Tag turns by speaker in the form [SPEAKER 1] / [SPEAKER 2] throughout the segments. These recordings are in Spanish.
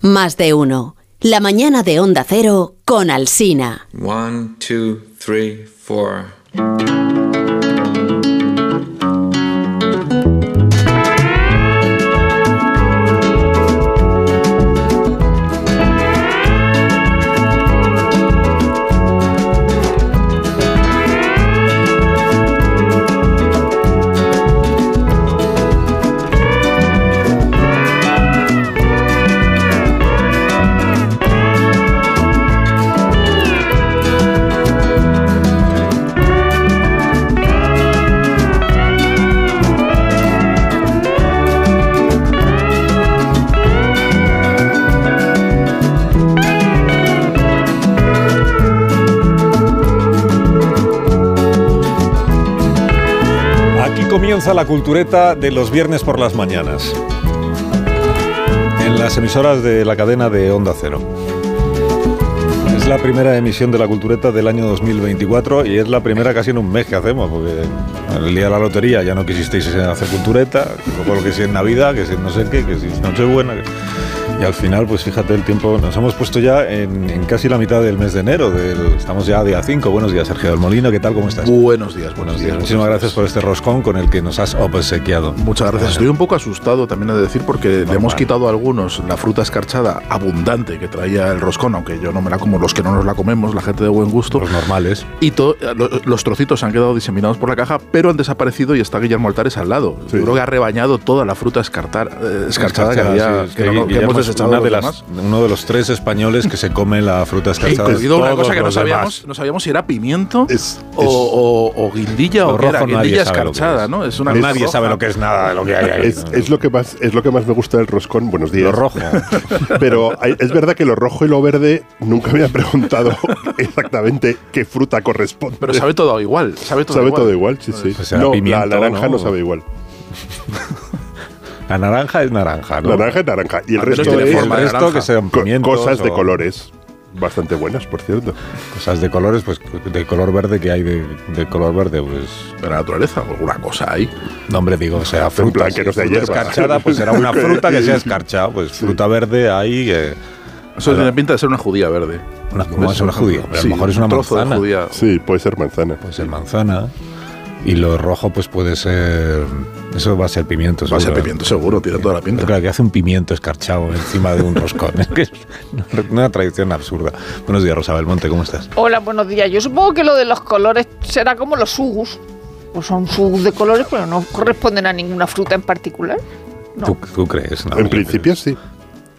[SPEAKER 1] Más de uno. La mañana de Onda Cero con Alsina.
[SPEAKER 2] One, two, three, four.
[SPEAKER 3] Aquí comienza la cultureta de los viernes por las mañanas. En las emisoras de la cadena de Onda Cero. Es la primera emisión de la cultureta del año 2024 y es la primera casi en un mes que hacemos, porque el día de la lotería ya no quisisteis hacer cultureta, que luego lo que si es Navidad, que si es no sé qué, que si es Nochebuena. que- Y al final, pues fíjate el tiempo, nos hemos puesto ya en, en casi la mitad del mes de enero, del- estamos ya a día 5. Buenos días, Sergio del Molino, ¿qué tal? ¿Cómo estás?
[SPEAKER 4] Buenos días, buenos días.
[SPEAKER 3] Muchísimas gracias por este roscón con el que nos has obsequiado.
[SPEAKER 4] Muchas gracias. Estoy un poco asustado también he de decir porque le hemos quitado a algunos la fruta escarchada abundante que traía el roscón, aunque yo no me la como, los que no nos la comemos, la gente de buen gusto.
[SPEAKER 3] Los normales.
[SPEAKER 4] Y to- lo- los trocitos han quedado diseminados por la caja, pero han desaparecido y está Guillermo Altares al lado.
[SPEAKER 3] Sí.
[SPEAKER 4] Yo creo que ha rebañado toda la fruta escartar- eh, escarchada, que, había,
[SPEAKER 3] Sí, es
[SPEAKER 4] que no- que
[SPEAKER 3] Guillermo es
[SPEAKER 4] hemos desechado
[SPEAKER 3] una
[SPEAKER 4] los
[SPEAKER 3] de las-
[SPEAKER 4] demás. pues,
[SPEAKER 3] uno de los tres españoles que se come la fruta
[SPEAKER 4] He
[SPEAKER 3] escarchada.
[SPEAKER 4] incluido una
[SPEAKER 3] Todos
[SPEAKER 4] cosa que no
[SPEAKER 3] los
[SPEAKER 4] sabíamos,
[SPEAKER 3] demás.
[SPEAKER 4] no sabíamos si era pimiento
[SPEAKER 3] Es-
[SPEAKER 4] o, o- o guindilla
[SPEAKER 3] Lo
[SPEAKER 4] o qué era,
[SPEAKER 3] rojo
[SPEAKER 4] guindilla
[SPEAKER 3] nadie sabe lo que
[SPEAKER 4] escarchada,
[SPEAKER 3] es. Pues
[SPEAKER 4] ¿no? Es una
[SPEAKER 3] nadie
[SPEAKER 4] roja.
[SPEAKER 3] sabe lo que es nada de lo que hay ahí.
[SPEAKER 5] Es, es lo que más, es lo que más me gusta del roscón. Buenos días.
[SPEAKER 3] Lo rojo.
[SPEAKER 5] Pero hay- es verdad que lo rojo y lo verde nunca me han preguntado exactamente qué fruta corresponde.
[SPEAKER 4] Pero sabe todo igual, sabe todo
[SPEAKER 5] Sabe
[SPEAKER 4] igual.
[SPEAKER 5] todo igual, sí, sí.
[SPEAKER 3] O sea,
[SPEAKER 5] no,
[SPEAKER 3] pimiento,
[SPEAKER 5] la naranja
[SPEAKER 3] ¿no?
[SPEAKER 5] ¿no? sabe igual.
[SPEAKER 3] La naranja es naranja, ¿no?
[SPEAKER 5] La naranja es naranja. Y el
[SPEAKER 4] Al menos
[SPEAKER 3] Y
[SPEAKER 5] resto
[SPEAKER 4] tiene
[SPEAKER 5] es
[SPEAKER 3] el
[SPEAKER 4] forma de
[SPEAKER 3] resto
[SPEAKER 4] naranja.
[SPEAKER 3] que sean
[SPEAKER 5] co-
[SPEAKER 3] pimientos
[SPEAKER 5] cosas de
[SPEAKER 3] o
[SPEAKER 5] colores. Bastante buenas, por cierto.
[SPEAKER 3] Cosas de colores, pues de color verde que hay de, de color verde, pues.
[SPEAKER 4] de la naturaleza, alguna cosa ahí.
[SPEAKER 3] No, hombre, digo, o sea, fruta.
[SPEAKER 5] plan,
[SPEAKER 3] si
[SPEAKER 5] que no
[SPEAKER 3] es
[SPEAKER 5] sea
[SPEAKER 3] fruta
[SPEAKER 5] hierba.
[SPEAKER 3] escarchada, pues será una fruta que sea escarchada. Pues fruta verde hay. eh, que-
[SPEAKER 4] Eso tiene pinta de ser una judía verde.
[SPEAKER 3] Una- ¿cómo es una judía? Pero a lo
[SPEAKER 4] Sí,
[SPEAKER 3] mejor es una
[SPEAKER 4] un trozo
[SPEAKER 3] manzana.
[SPEAKER 4] de judía.
[SPEAKER 5] Sí, puede ser manzana.
[SPEAKER 3] Puede ser manzana. Y lo rojo, pues puede ser. Eso va a ser pimiento.
[SPEAKER 4] Va a ser
[SPEAKER 3] seguro.
[SPEAKER 4] pimiento seguro, tiene toda la pinta.
[SPEAKER 3] Claro, que hace un pimiento escarchado encima de un roscón. Es que es una tradición absurda. Buenos días, Rosa Belmonte, ¿cómo estás?
[SPEAKER 6] Hola, buenos días. Yo supongo que lo de los colores será como los sugus. Pues son sugus de colores, pero no corresponden a ninguna fruta en particular. No.
[SPEAKER 3] ¿Tú, tú crees? No,
[SPEAKER 5] en
[SPEAKER 3] yo
[SPEAKER 5] principio, sí.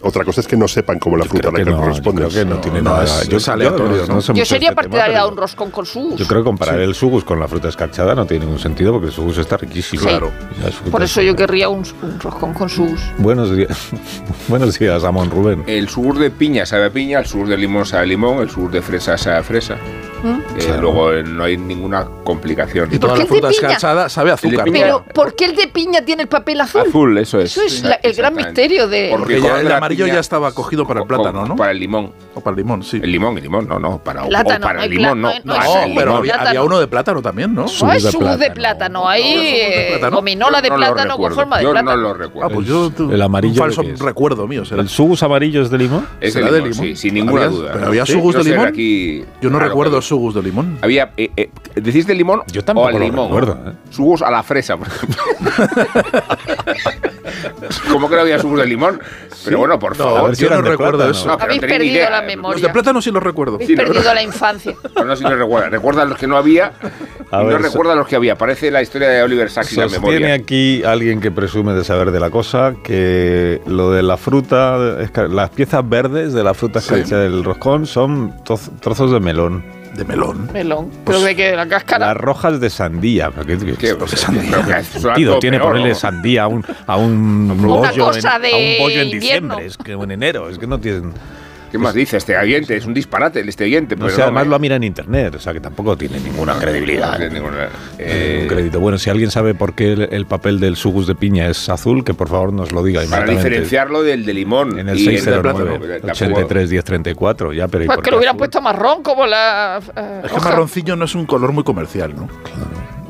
[SPEAKER 5] Otra cosa es que no sepan cómo la
[SPEAKER 3] creo-
[SPEAKER 5] fruta a
[SPEAKER 3] creo
[SPEAKER 5] la
[SPEAKER 3] que
[SPEAKER 5] que,
[SPEAKER 3] no,
[SPEAKER 5] corresponde.
[SPEAKER 3] yo creo que no tiene
[SPEAKER 4] No,
[SPEAKER 3] nada.
[SPEAKER 4] es-
[SPEAKER 3] yo,
[SPEAKER 4] es aleatorio,
[SPEAKER 3] yo-
[SPEAKER 4] ¿no?
[SPEAKER 3] sé
[SPEAKER 6] Yo
[SPEAKER 3] mucho de
[SPEAKER 6] sería
[SPEAKER 3] este tema,
[SPEAKER 6] partidaria de
[SPEAKER 3] pero
[SPEAKER 6] un roscón con sugus.
[SPEAKER 3] Yo creo que comparar el sugus con la fruta escarchada no tiene ningún sentido porque el sugus está riquísimo.
[SPEAKER 6] Sí.
[SPEAKER 4] Claro.
[SPEAKER 3] Las frutas-
[SPEAKER 6] Por eso yo querría un, un roscón con sugus.
[SPEAKER 3] Buenos días, buenos días, Amón Rubén.
[SPEAKER 7] El sur de piña sabe a piña, el sur de limón sabe a limón, el sur de fresa sabe a fresa.
[SPEAKER 6] ¿Mm?
[SPEAKER 7] Eh,
[SPEAKER 3] Claro.
[SPEAKER 7] Luego eh, no hay ninguna complicación.
[SPEAKER 4] Y toda
[SPEAKER 6] qué
[SPEAKER 4] la
[SPEAKER 6] el de
[SPEAKER 4] fruta
[SPEAKER 6] piña?
[SPEAKER 4] escarchada sabe a azúcar.
[SPEAKER 7] El de piña.
[SPEAKER 6] Pero, ¿por qué el de piña tiene el papel azul?
[SPEAKER 7] Azul, eso es.
[SPEAKER 6] Eso es la- el gran
[SPEAKER 7] exactamente.
[SPEAKER 6] misterio de-
[SPEAKER 4] Porque
[SPEAKER 7] el
[SPEAKER 4] ya
[SPEAKER 7] color
[SPEAKER 4] el
[SPEAKER 7] de la
[SPEAKER 4] amarillo ya estaba cogido para el
[SPEAKER 7] co- co-
[SPEAKER 4] plátano, ¿no?
[SPEAKER 7] Para el limón.
[SPEAKER 4] O para el limón, sí.
[SPEAKER 7] El limón, el limón, no, no. Para, o
[SPEAKER 6] Plátano,
[SPEAKER 7] para
[SPEAKER 6] no
[SPEAKER 7] el
[SPEAKER 6] hay
[SPEAKER 7] limón, no.
[SPEAKER 6] pla- no
[SPEAKER 4] no,
[SPEAKER 6] hay-
[SPEAKER 7] para Ah, el
[SPEAKER 4] pero
[SPEAKER 7] limón.
[SPEAKER 4] había,
[SPEAKER 6] plátano.
[SPEAKER 4] había uno de plátano también, ¿no?
[SPEAKER 3] Sí.
[SPEAKER 6] No
[SPEAKER 3] Sugus
[SPEAKER 6] hay
[SPEAKER 3] de
[SPEAKER 6] sugus de
[SPEAKER 3] plátano.
[SPEAKER 6] plátano,
[SPEAKER 4] No,
[SPEAKER 6] hay
[SPEAKER 4] sugus de
[SPEAKER 6] eh,
[SPEAKER 4] plátano.
[SPEAKER 6] gominola de
[SPEAKER 7] Yo no lo
[SPEAKER 6] plátano con
[SPEAKER 7] recuerdo,
[SPEAKER 6] forma de
[SPEAKER 7] yo
[SPEAKER 6] plátano.
[SPEAKER 7] no lo
[SPEAKER 4] Ah,
[SPEAKER 7] recuerdo.
[SPEAKER 4] pues yo tu-
[SPEAKER 3] El amarillo
[SPEAKER 4] un falso
[SPEAKER 3] de qué es.
[SPEAKER 4] recuerdo mío será.
[SPEAKER 3] ¿El sugus amarillo es de limón?
[SPEAKER 7] Es de
[SPEAKER 4] ¿Será
[SPEAKER 7] limón,
[SPEAKER 4] de
[SPEAKER 7] Sí,
[SPEAKER 4] limón?
[SPEAKER 7] sin ninguna
[SPEAKER 4] Había-
[SPEAKER 7] duda.
[SPEAKER 4] pero había
[SPEAKER 7] Sí,
[SPEAKER 4] sugus
[SPEAKER 7] no
[SPEAKER 4] de
[SPEAKER 7] sé,
[SPEAKER 4] limón.
[SPEAKER 7] Aquí,
[SPEAKER 4] Yo no
[SPEAKER 7] claro,
[SPEAKER 4] recuerdo
[SPEAKER 7] pero-
[SPEAKER 4] sugus de limón.
[SPEAKER 7] Había, eh, eh, ¿Decís de limón?
[SPEAKER 3] Yo tampoco
[SPEAKER 7] o al
[SPEAKER 3] lo
[SPEAKER 7] limón?
[SPEAKER 3] recuerdo, ¿eh?
[SPEAKER 7] Sugus a la fresa, por ejemplo. ¿Cómo que no había sugus de limón? Pero bueno, por
[SPEAKER 4] No,
[SPEAKER 7] favor.
[SPEAKER 3] a ver si
[SPEAKER 4] yo
[SPEAKER 3] eran
[SPEAKER 4] no
[SPEAKER 3] de
[SPEAKER 4] recuerdo
[SPEAKER 3] plátano.
[SPEAKER 4] eso.
[SPEAKER 7] pero
[SPEAKER 6] Habéis
[SPEAKER 7] no tenía ni
[SPEAKER 6] perdido
[SPEAKER 7] idea.
[SPEAKER 6] la
[SPEAKER 4] Los
[SPEAKER 6] memoria.
[SPEAKER 4] de plátano sí los recuerdo.
[SPEAKER 6] Habéis
[SPEAKER 7] Sí, no.
[SPEAKER 6] perdido la infancia.
[SPEAKER 7] No, no, si no recuerda. Recuerda los que no había
[SPEAKER 3] A
[SPEAKER 7] y
[SPEAKER 3] ver,
[SPEAKER 7] no
[SPEAKER 3] so-
[SPEAKER 7] recuerda los que había. Parece la historia de Oliver Sacks y la
[SPEAKER 3] Sostiene
[SPEAKER 7] memoria.
[SPEAKER 3] aquí alguien que presume de saber de la cosa que lo de la fruta, esca- las piezas verdes de la fruta
[SPEAKER 4] Sí.
[SPEAKER 3] escarchada del roscón son toz- trozos de melón.
[SPEAKER 4] De melón.
[SPEAKER 6] Melón. Pero de que la
[SPEAKER 3] Las
[SPEAKER 6] cáscara.
[SPEAKER 3] rojas de sandía. pero ¿Qué, qué-
[SPEAKER 7] ¿Qué?
[SPEAKER 3] qué
[SPEAKER 7] Pero que suena
[SPEAKER 3] sentido
[SPEAKER 7] todo
[SPEAKER 3] tiene
[SPEAKER 7] peor,
[SPEAKER 3] ponerle
[SPEAKER 7] ¿no?
[SPEAKER 3] sandía a un, a un bollo en,
[SPEAKER 6] cosa
[SPEAKER 3] a un
[SPEAKER 6] de
[SPEAKER 3] bollo en
[SPEAKER 6] invierno.
[SPEAKER 3] diciembre? Es que en enero, es que no tienen.
[SPEAKER 7] ¿Qué más dice este oyente? Es un disparate este oyente.
[SPEAKER 3] No
[SPEAKER 7] pero
[SPEAKER 3] sé, además
[SPEAKER 7] me-
[SPEAKER 3] lo ha mirado en internet, o sea que tampoco tiene ninguna credibilidad.
[SPEAKER 7] No tiene ninguna-
[SPEAKER 3] Eh,
[SPEAKER 7] Eh,
[SPEAKER 3] un crédito. Bueno, si alguien sabe por qué el, el papel del sugus de piña es azul, que por favor nos lo diga
[SPEAKER 7] Para
[SPEAKER 3] inmediatamente.
[SPEAKER 7] diferenciarlo del de limón.
[SPEAKER 3] En el
[SPEAKER 7] y del
[SPEAKER 3] 609,
[SPEAKER 7] plátano.
[SPEAKER 3] 83, 1034, ya, pero ¿y
[SPEAKER 6] Pues
[SPEAKER 3] por
[SPEAKER 6] que
[SPEAKER 3] qué
[SPEAKER 6] lo hubieran
[SPEAKER 3] azul?
[SPEAKER 6] puesto marrón como la. eh,
[SPEAKER 4] Es que
[SPEAKER 6] hoja.
[SPEAKER 4] marroncillo no es un color muy comercial, ¿no?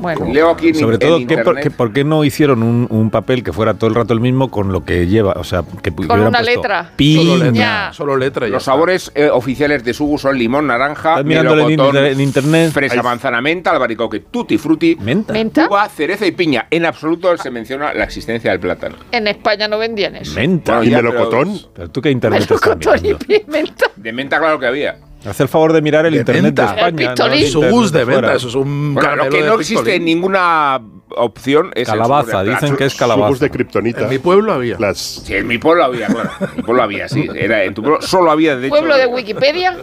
[SPEAKER 6] Bueno,
[SPEAKER 7] Leo aquí en
[SPEAKER 3] Sobre
[SPEAKER 7] in-
[SPEAKER 3] todo,
[SPEAKER 7] en
[SPEAKER 3] ¿qué por,
[SPEAKER 7] internet.
[SPEAKER 3] qué, por qué no hicieron un, un papel que fuera todo el rato el mismo con lo que lleva? O sea, que
[SPEAKER 6] Con una letra.
[SPEAKER 4] Solo
[SPEAKER 3] Piña.
[SPEAKER 4] letra, solo letra y ya
[SPEAKER 7] Los
[SPEAKER 4] está.
[SPEAKER 7] sabores eh, oficiales de Sugu son limón, naranja,
[SPEAKER 3] Estás mirándolo en
[SPEAKER 7] melocotón,
[SPEAKER 3] inter- en internet.
[SPEAKER 7] fresa,
[SPEAKER 3] Ahí-
[SPEAKER 7] manzana, menta, albaricoque, tutti frutti,
[SPEAKER 3] Menta.
[SPEAKER 6] menta.
[SPEAKER 7] uva, cereza y piña. En absoluto se menciona la existencia del plátano.
[SPEAKER 6] En España no vendían eso.
[SPEAKER 3] Menta.
[SPEAKER 7] Bueno,
[SPEAKER 5] ¿Y
[SPEAKER 7] ya,
[SPEAKER 5] melocotón?
[SPEAKER 7] pero-
[SPEAKER 3] ¿Pero tú qué internet estás
[SPEAKER 6] Melocotón y
[SPEAKER 3] mirando?
[SPEAKER 6] pimienta.
[SPEAKER 7] De menta claro que había.
[SPEAKER 3] Haz el favor de mirar el
[SPEAKER 4] De
[SPEAKER 3] internet
[SPEAKER 4] menta.
[SPEAKER 3] de España.
[SPEAKER 6] El pistolín.
[SPEAKER 3] el
[SPEAKER 4] Su
[SPEAKER 3] internet
[SPEAKER 4] bus de
[SPEAKER 3] fuera.
[SPEAKER 4] venta, eso es un
[SPEAKER 7] Bueno, lo
[SPEAKER 4] caramelo
[SPEAKER 7] que
[SPEAKER 4] de
[SPEAKER 7] no existe en
[SPEAKER 4] pistolín.
[SPEAKER 7] ninguna opción es el
[SPEAKER 3] Calabaza,
[SPEAKER 7] sugo de
[SPEAKER 3] dicen
[SPEAKER 7] plátano.
[SPEAKER 3] que es
[SPEAKER 5] Subos
[SPEAKER 3] calabaza.
[SPEAKER 5] de kriptonita.
[SPEAKER 4] En mi pueblo había.
[SPEAKER 5] Las
[SPEAKER 7] Sí, en mi pueblo había, bueno, en mi pueblo había, sí. Era, en tu pueblo solo había, de hecho.
[SPEAKER 6] Pueblo de Wikipedia.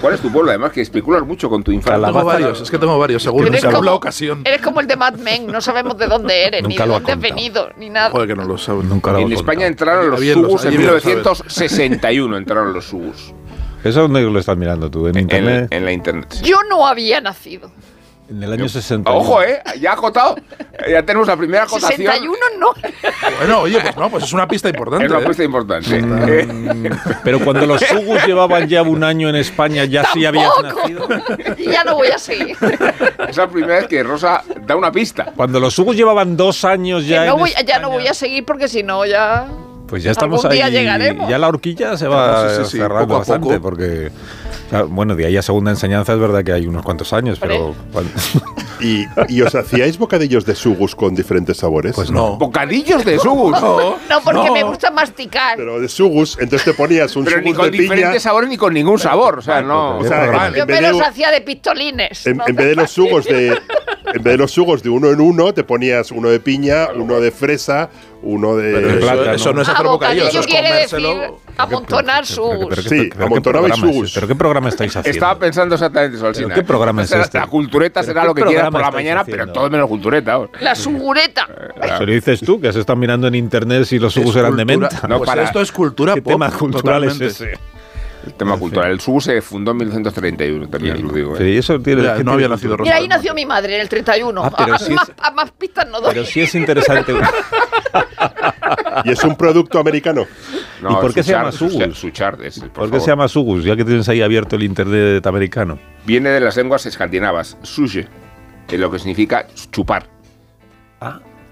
[SPEAKER 7] ¿Cuál es tu pueblo? Además, que especulas mucho con tu infancia.
[SPEAKER 4] Tengo
[SPEAKER 3] Calabaza.
[SPEAKER 4] varios, es que tengo varios, seguro.
[SPEAKER 6] Eres
[SPEAKER 4] Según
[SPEAKER 6] como-
[SPEAKER 4] la ocasión.
[SPEAKER 6] Eres como el de Mad Men, no sabemos de dónde eres, ni
[SPEAKER 3] Nunca
[SPEAKER 6] de
[SPEAKER 3] lo ha
[SPEAKER 6] dónde has
[SPEAKER 3] contado.
[SPEAKER 6] venido, ni nada.
[SPEAKER 4] Joder, que no lo saben.
[SPEAKER 3] Nunca lo
[SPEAKER 7] En
[SPEAKER 3] he
[SPEAKER 7] España
[SPEAKER 3] contado.
[SPEAKER 7] entraron los
[SPEAKER 4] Ahí bien lo
[SPEAKER 7] subus en
[SPEAKER 4] sabe, ahí bien lo sabe.
[SPEAKER 7] 1961 entraron los subus
[SPEAKER 3] ¿Eso dónde lo estás mirando tú? ¿En
[SPEAKER 7] en,
[SPEAKER 3] internet?
[SPEAKER 7] en la internet. sí.
[SPEAKER 6] Yo no había nacido.
[SPEAKER 3] En el año 60.
[SPEAKER 7] Ojo, eh, ya ha acotado. Ya tenemos la primera acotación.
[SPEAKER 6] 61 no.
[SPEAKER 4] Bueno, oye, pues no, pues es una pista importante.
[SPEAKER 7] Es una
[SPEAKER 4] ¿eh?
[SPEAKER 7] apuesta importante.
[SPEAKER 3] Mm. Pero cuando los sugus llevaban ya un año en España, ya Ah, sí habías nacido.
[SPEAKER 6] Y ya no voy a seguir.
[SPEAKER 7] es la primera vez que Rosa da una pista.
[SPEAKER 3] Cuando los sugus llevaban dos años ya.
[SPEAKER 6] Que no
[SPEAKER 3] en
[SPEAKER 6] voy- ya no
[SPEAKER 3] España.
[SPEAKER 6] voy a seguir porque si no ya.
[SPEAKER 3] Pues ya estamos
[SPEAKER 6] Algún día
[SPEAKER 3] ahí.
[SPEAKER 6] llegaremos.
[SPEAKER 3] Ya la horquilla se va
[SPEAKER 4] Sí, sí, sí,
[SPEAKER 3] cerrando
[SPEAKER 4] poco a
[SPEAKER 3] bastante
[SPEAKER 4] poco.
[SPEAKER 3] porque. claro, Bueno, de ahí a segunda enseñanza es verdad que hay unos cuantos años, pero cuando-
[SPEAKER 5] y, y os hacíais bocadillos de sugus con diferentes sabores.
[SPEAKER 3] pues no.
[SPEAKER 4] No.
[SPEAKER 7] Bocadillos de subus.
[SPEAKER 6] No, porque
[SPEAKER 4] No.
[SPEAKER 6] me gusta masticar.
[SPEAKER 5] Pero de sugus, entonces te ponías un
[SPEAKER 7] Pero ni
[SPEAKER 5] sugus
[SPEAKER 7] con
[SPEAKER 5] de piña.
[SPEAKER 7] diferentes sabores ni con ningún sabor. O sea, no.
[SPEAKER 5] O sea,
[SPEAKER 3] Vale.
[SPEAKER 5] en,
[SPEAKER 6] Yo
[SPEAKER 5] en vez
[SPEAKER 6] me los
[SPEAKER 5] de,
[SPEAKER 6] hacía de pistolines.
[SPEAKER 5] en-
[SPEAKER 6] no
[SPEAKER 5] en vez de los sugos de en vez de los sugos de uno en uno, te ponías uno de piña, uno de fresa, uno
[SPEAKER 4] Pero
[SPEAKER 5] de
[SPEAKER 4] eso,
[SPEAKER 3] plátano.
[SPEAKER 4] eso no es
[SPEAKER 6] Ah,
[SPEAKER 4] hacer bocadillo,
[SPEAKER 6] bocadillo
[SPEAKER 4] eso es
[SPEAKER 6] quiere
[SPEAKER 4] comérselo.
[SPEAKER 6] decir amontonar
[SPEAKER 3] Pero- pero-
[SPEAKER 6] sus.
[SPEAKER 3] pero-
[SPEAKER 5] Sí,
[SPEAKER 3] pero- ¿qué
[SPEAKER 5] amontonaba y
[SPEAKER 3] programa es
[SPEAKER 5] sugus.
[SPEAKER 3] este? ¿Pero qué programa estáis haciendo?
[SPEAKER 7] Estaba pensando exactamente eso al
[SPEAKER 3] ¿Pero
[SPEAKER 7] final.
[SPEAKER 3] qué programa es
[SPEAKER 7] Será-
[SPEAKER 3] este?
[SPEAKER 7] La cultureta
[SPEAKER 3] ¿Pero
[SPEAKER 7] será
[SPEAKER 3] qué
[SPEAKER 7] lo que quieras por
[SPEAKER 3] programa
[SPEAKER 7] la
[SPEAKER 3] estáis
[SPEAKER 7] mañana, pero
[SPEAKER 3] haciendo?
[SPEAKER 7] todo menos cultureta. vamos.
[SPEAKER 6] La sugureta.
[SPEAKER 3] Eso lo dices tú, que se están mirando en internet si los sugus
[SPEAKER 4] Es
[SPEAKER 3] eran de
[SPEAKER 4] cultura-
[SPEAKER 3] menta.
[SPEAKER 7] No,
[SPEAKER 4] pues
[SPEAKER 7] para-
[SPEAKER 4] esto es cultura
[SPEAKER 3] ¿Qué
[SPEAKER 4] pop.
[SPEAKER 3] tema cultural
[SPEAKER 4] totalmente.
[SPEAKER 3] es ese?
[SPEAKER 7] El tema cultural. El subu se fundó en 1931, también os lo digo.
[SPEAKER 3] Sí,
[SPEAKER 7] ¿eh?
[SPEAKER 3] eso tiene-
[SPEAKER 4] Ya,
[SPEAKER 3] es que
[SPEAKER 4] no
[SPEAKER 3] tiene-
[SPEAKER 4] había nacido
[SPEAKER 6] Mira,
[SPEAKER 4] Rosa
[SPEAKER 6] ahí
[SPEAKER 4] del Mar.
[SPEAKER 6] nació mi madre en el 31.
[SPEAKER 3] Ah, pero
[SPEAKER 6] a, a
[SPEAKER 3] si es-
[SPEAKER 6] más, a más pistas no doy.
[SPEAKER 3] Pero sí es interesante.
[SPEAKER 5] y es un producto americano.
[SPEAKER 7] No,
[SPEAKER 3] ¿Y por qué se
[SPEAKER 7] Suchard-
[SPEAKER 3] llama subus?
[SPEAKER 7] Suchard- Suchard es el- por
[SPEAKER 3] ¿Por qué se
[SPEAKER 7] favor.
[SPEAKER 3] llama sugus? Ya que tienes ahí abierto el internet americano.
[SPEAKER 7] Viene de las lenguas escandinavas, suge, que lo que significa chupar.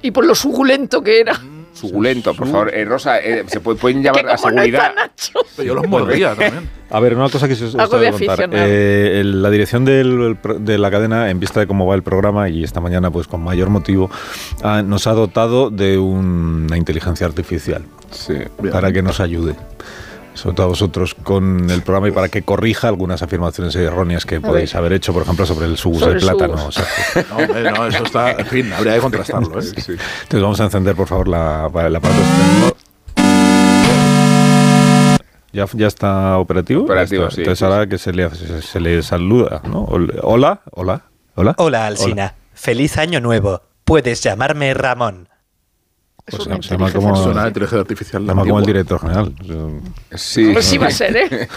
[SPEAKER 6] Y por lo suculento que era.
[SPEAKER 7] Suculento, por favor. Eh, Rosa, eh, se puede- pueden llamar
[SPEAKER 6] que
[SPEAKER 7] a
[SPEAKER 6] como no está
[SPEAKER 7] seguridad.
[SPEAKER 6] Nacho.
[SPEAKER 3] Pues
[SPEAKER 4] Pero yo los mordía también.
[SPEAKER 3] A ver, una cosa que se os
[SPEAKER 6] Algo de
[SPEAKER 3] debe contar.
[SPEAKER 6] aficionado.
[SPEAKER 3] Eh, el- la dirección del- el pro- de la cadena, en vista de cómo va el programa, y esta mañana, pues con mayor motivo, ha- nos ha dotado de un- una inteligencia artificial
[SPEAKER 7] Sí.
[SPEAKER 4] Bien.
[SPEAKER 3] para que nos ayude. Sobre todo a vosotros con el programa y para que corrija algunas afirmaciones erróneas que podéis haber hecho, por ejemplo, sobre el sugus
[SPEAKER 6] Sobre
[SPEAKER 3] del
[SPEAKER 6] el
[SPEAKER 3] plátano.
[SPEAKER 6] sugus.
[SPEAKER 3] o sea,
[SPEAKER 4] No, hombre, no, eso está. En fin, habría que contrastarlo, ¿eh?
[SPEAKER 3] Entonces vamos a encender, por favor, la, para el aparato. externo. ¿Ya, ¿Ya está operativo?
[SPEAKER 7] Operativo,
[SPEAKER 3] Ya está.
[SPEAKER 7] sí,
[SPEAKER 3] Entonces
[SPEAKER 7] sí,
[SPEAKER 3] ahora que se le, hace- se le saluda, ¿no? Ol- Hola, hola, hola.
[SPEAKER 8] Hola, Alsina. Feliz año nuevo. Puedes llamarme Ramón.
[SPEAKER 6] Es
[SPEAKER 3] Pues
[SPEAKER 6] una
[SPEAKER 3] se llama
[SPEAKER 6] inteligencia
[SPEAKER 3] como-
[SPEAKER 6] artificial.
[SPEAKER 4] Suena a inteligencia artificial.
[SPEAKER 3] Nada más como el
[SPEAKER 4] antigua.
[SPEAKER 3] director general. O sea,
[SPEAKER 7] Sí.
[SPEAKER 6] Pues sí va a ser, ¿eh?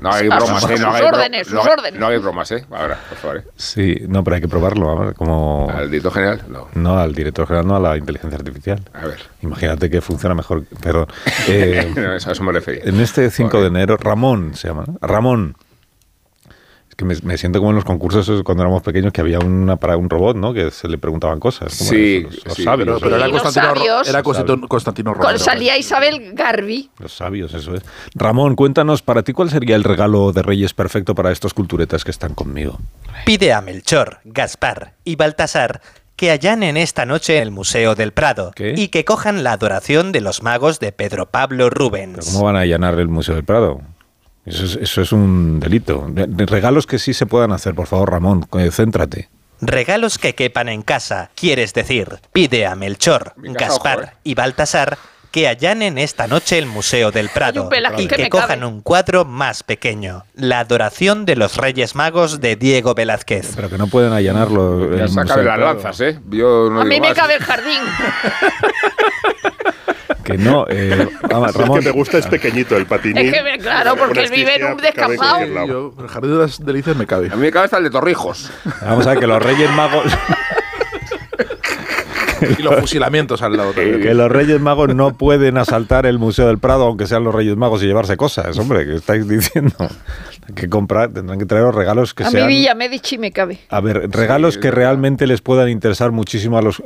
[SPEAKER 7] No hay
[SPEAKER 6] A
[SPEAKER 7] bromas,
[SPEAKER 6] sus-
[SPEAKER 7] eh.
[SPEAKER 6] sus
[SPEAKER 7] No hagáis bro-
[SPEAKER 6] órdenes, sus
[SPEAKER 7] no hagáis-
[SPEAKER 6] órdenes.
[SPEAKER 7] No hay bromas, eh. Ahora, por favor. eh.
[SPEAKER 3] Sí, no, pero hay que probarlo, a ver, como...
[SPEAKER 7] Al director general, no.
[SPEAKER 3] No, al director general, no a la inteligencia artificial.
[SPEAKER 7] A ver.
[SPEAKER 3] Imagínate que funciona mejor, perdón. Eh,
[SPEAKER 7] No, a eso me refería.
[SPEAKER 3] En este 5 de
[SPEAKER 7] Correcto.
[SPEAKER 3] enero, Ramón se llama. ¿no? Ramón. Es que me, me siento como en los concursos esos cuando éramos pequeños que había una para un robot, ¿no? Que se le preguntaban cosas. como
[SPEAKER 7] Sí,
[SPEAKER 3] los, los
[SPEAKER 7] sí,
[SPEAKER 3] sabios. ¿eh?
[SPEAKER 4] Pero, pero
[SPEAKER 6] Y
[SPEAKER 4] era
[SPEAKER 6] los
[SPEAKER 4] Constantino, Ro-
[SPEAKER 6] sabios.
[SPEAKER 4] era Constantino, Constantino
[SPEAKER 6] Con-
[SPEAKER 4] Romero.
[SPEAKER 6] salía Isabel Garbi.
[SPEAKER 3] Los sabios, eso es. Ramón, cuéntanos, para ti, ¿cuál sería el regalo de Reyes perfecto para estos culturetas que están conmigo?
[SPEAKER 8] Pide a Melchor, Gaspar y Baltasar que allanen esta noche el Museo del Prado
[SPEAKER 3] ¿Qué?
[SPEAKER 8] y que cojan la adoración de los magos de Pedro Pablo
[SPEAKER 3] ¿Pero
[SPEAKER 8] Rubens.
[SPEAKER 3] ¿Cómo van a allanar el Museo del Prado? Eso es, eso es un delito. De- de Regalos que sí se puedan hacer, por favor, Ramón, eh, céntrate.
[SPEAKER 8] Regalos que quepan en casa, quieres decir. Pide a Melchor,
[SPEAKER 7] Mi casa,
[SPEAKER 8] Gaspar
[SPEAKER 7] ojo, eh.
[SPEAKER 8] y Baltasar que allanen esta noche el Museo del Prado
[SPEAKER 6] Velázquez
[SPEAKER 8] y
[SPEAKER 6] que
[SPEAKER 8] que
[SPEAKER 6] me
[SPEAKER 8] cojan
[SPEAKER 6] cabe.
[SPEAKER 8] un cuadro más pequeño, La adoración de los Reyes Magos de Diego Velázquez.
[SPEAKER 3] Pero que no pueden allanarlo. el
[SPEAKER 7] Ya saca
[SPEAKER 3] Museo
[SPEAKER 7] de
[SPEAKER 3] del
[SPEAKER 7] las
[SPEAKER 3] Prado.
[SPEAKER 7] lanzas, eh. Yo no
[SPEAKER 6] A mí
[SPEAKER 7] digo
[SPEAKER 6] me
[SPEAKER 7] más.
[SPEAKER 6] cabe el jardín.
[SPEAKER 3] Que no, eh, vamos,
[SPEAKER 5] Es
[SPEAKER 3] Ramón.
[SPEAKER 5] que me gusta es pequeñito el patinín.
[SPEAKER 6] Es que, claro, porque
[SPEAKER 5] Una
[SPEAKER 6] vive en un
[SPEAKER 5] estigia cabe en
[SPEAKER 6] descapado.
[SPEAKER 5] cualquier
[SPEAKER 4] Sí,
[SPEAKER 5] lado.
[SPEAKER 4] yo- el jardín de las delicias me cabe.
[SPEAKER 7] A mí me cabe hasta el de Torrijos.
[SPEAKER 3] Vamos a ver que los Reyes Magos.
[SPEAKER 4] y los fusilamientos al lado también.
[SPEAKER 3] Que los Reyes Magos no pueden asaltar el Museo del Prado, aunque sean los Reyes Magos, y llevarse cosas, hombre, que estáis diciendo. Que comprar, tendrán que traeros regalos que
[SPEAKER 6] a
[SPEAKER 3] sean.
[SPEAKER 6] mi Villa Medici me cabe.
[SPEAKER 3] A ver, regalos
[SPEAKER 7] es
[SPEAKER 3] que
[SPEAKER 7] verdad.
[SPEAKER 3] realmente les puedan interesar muchísimo a los.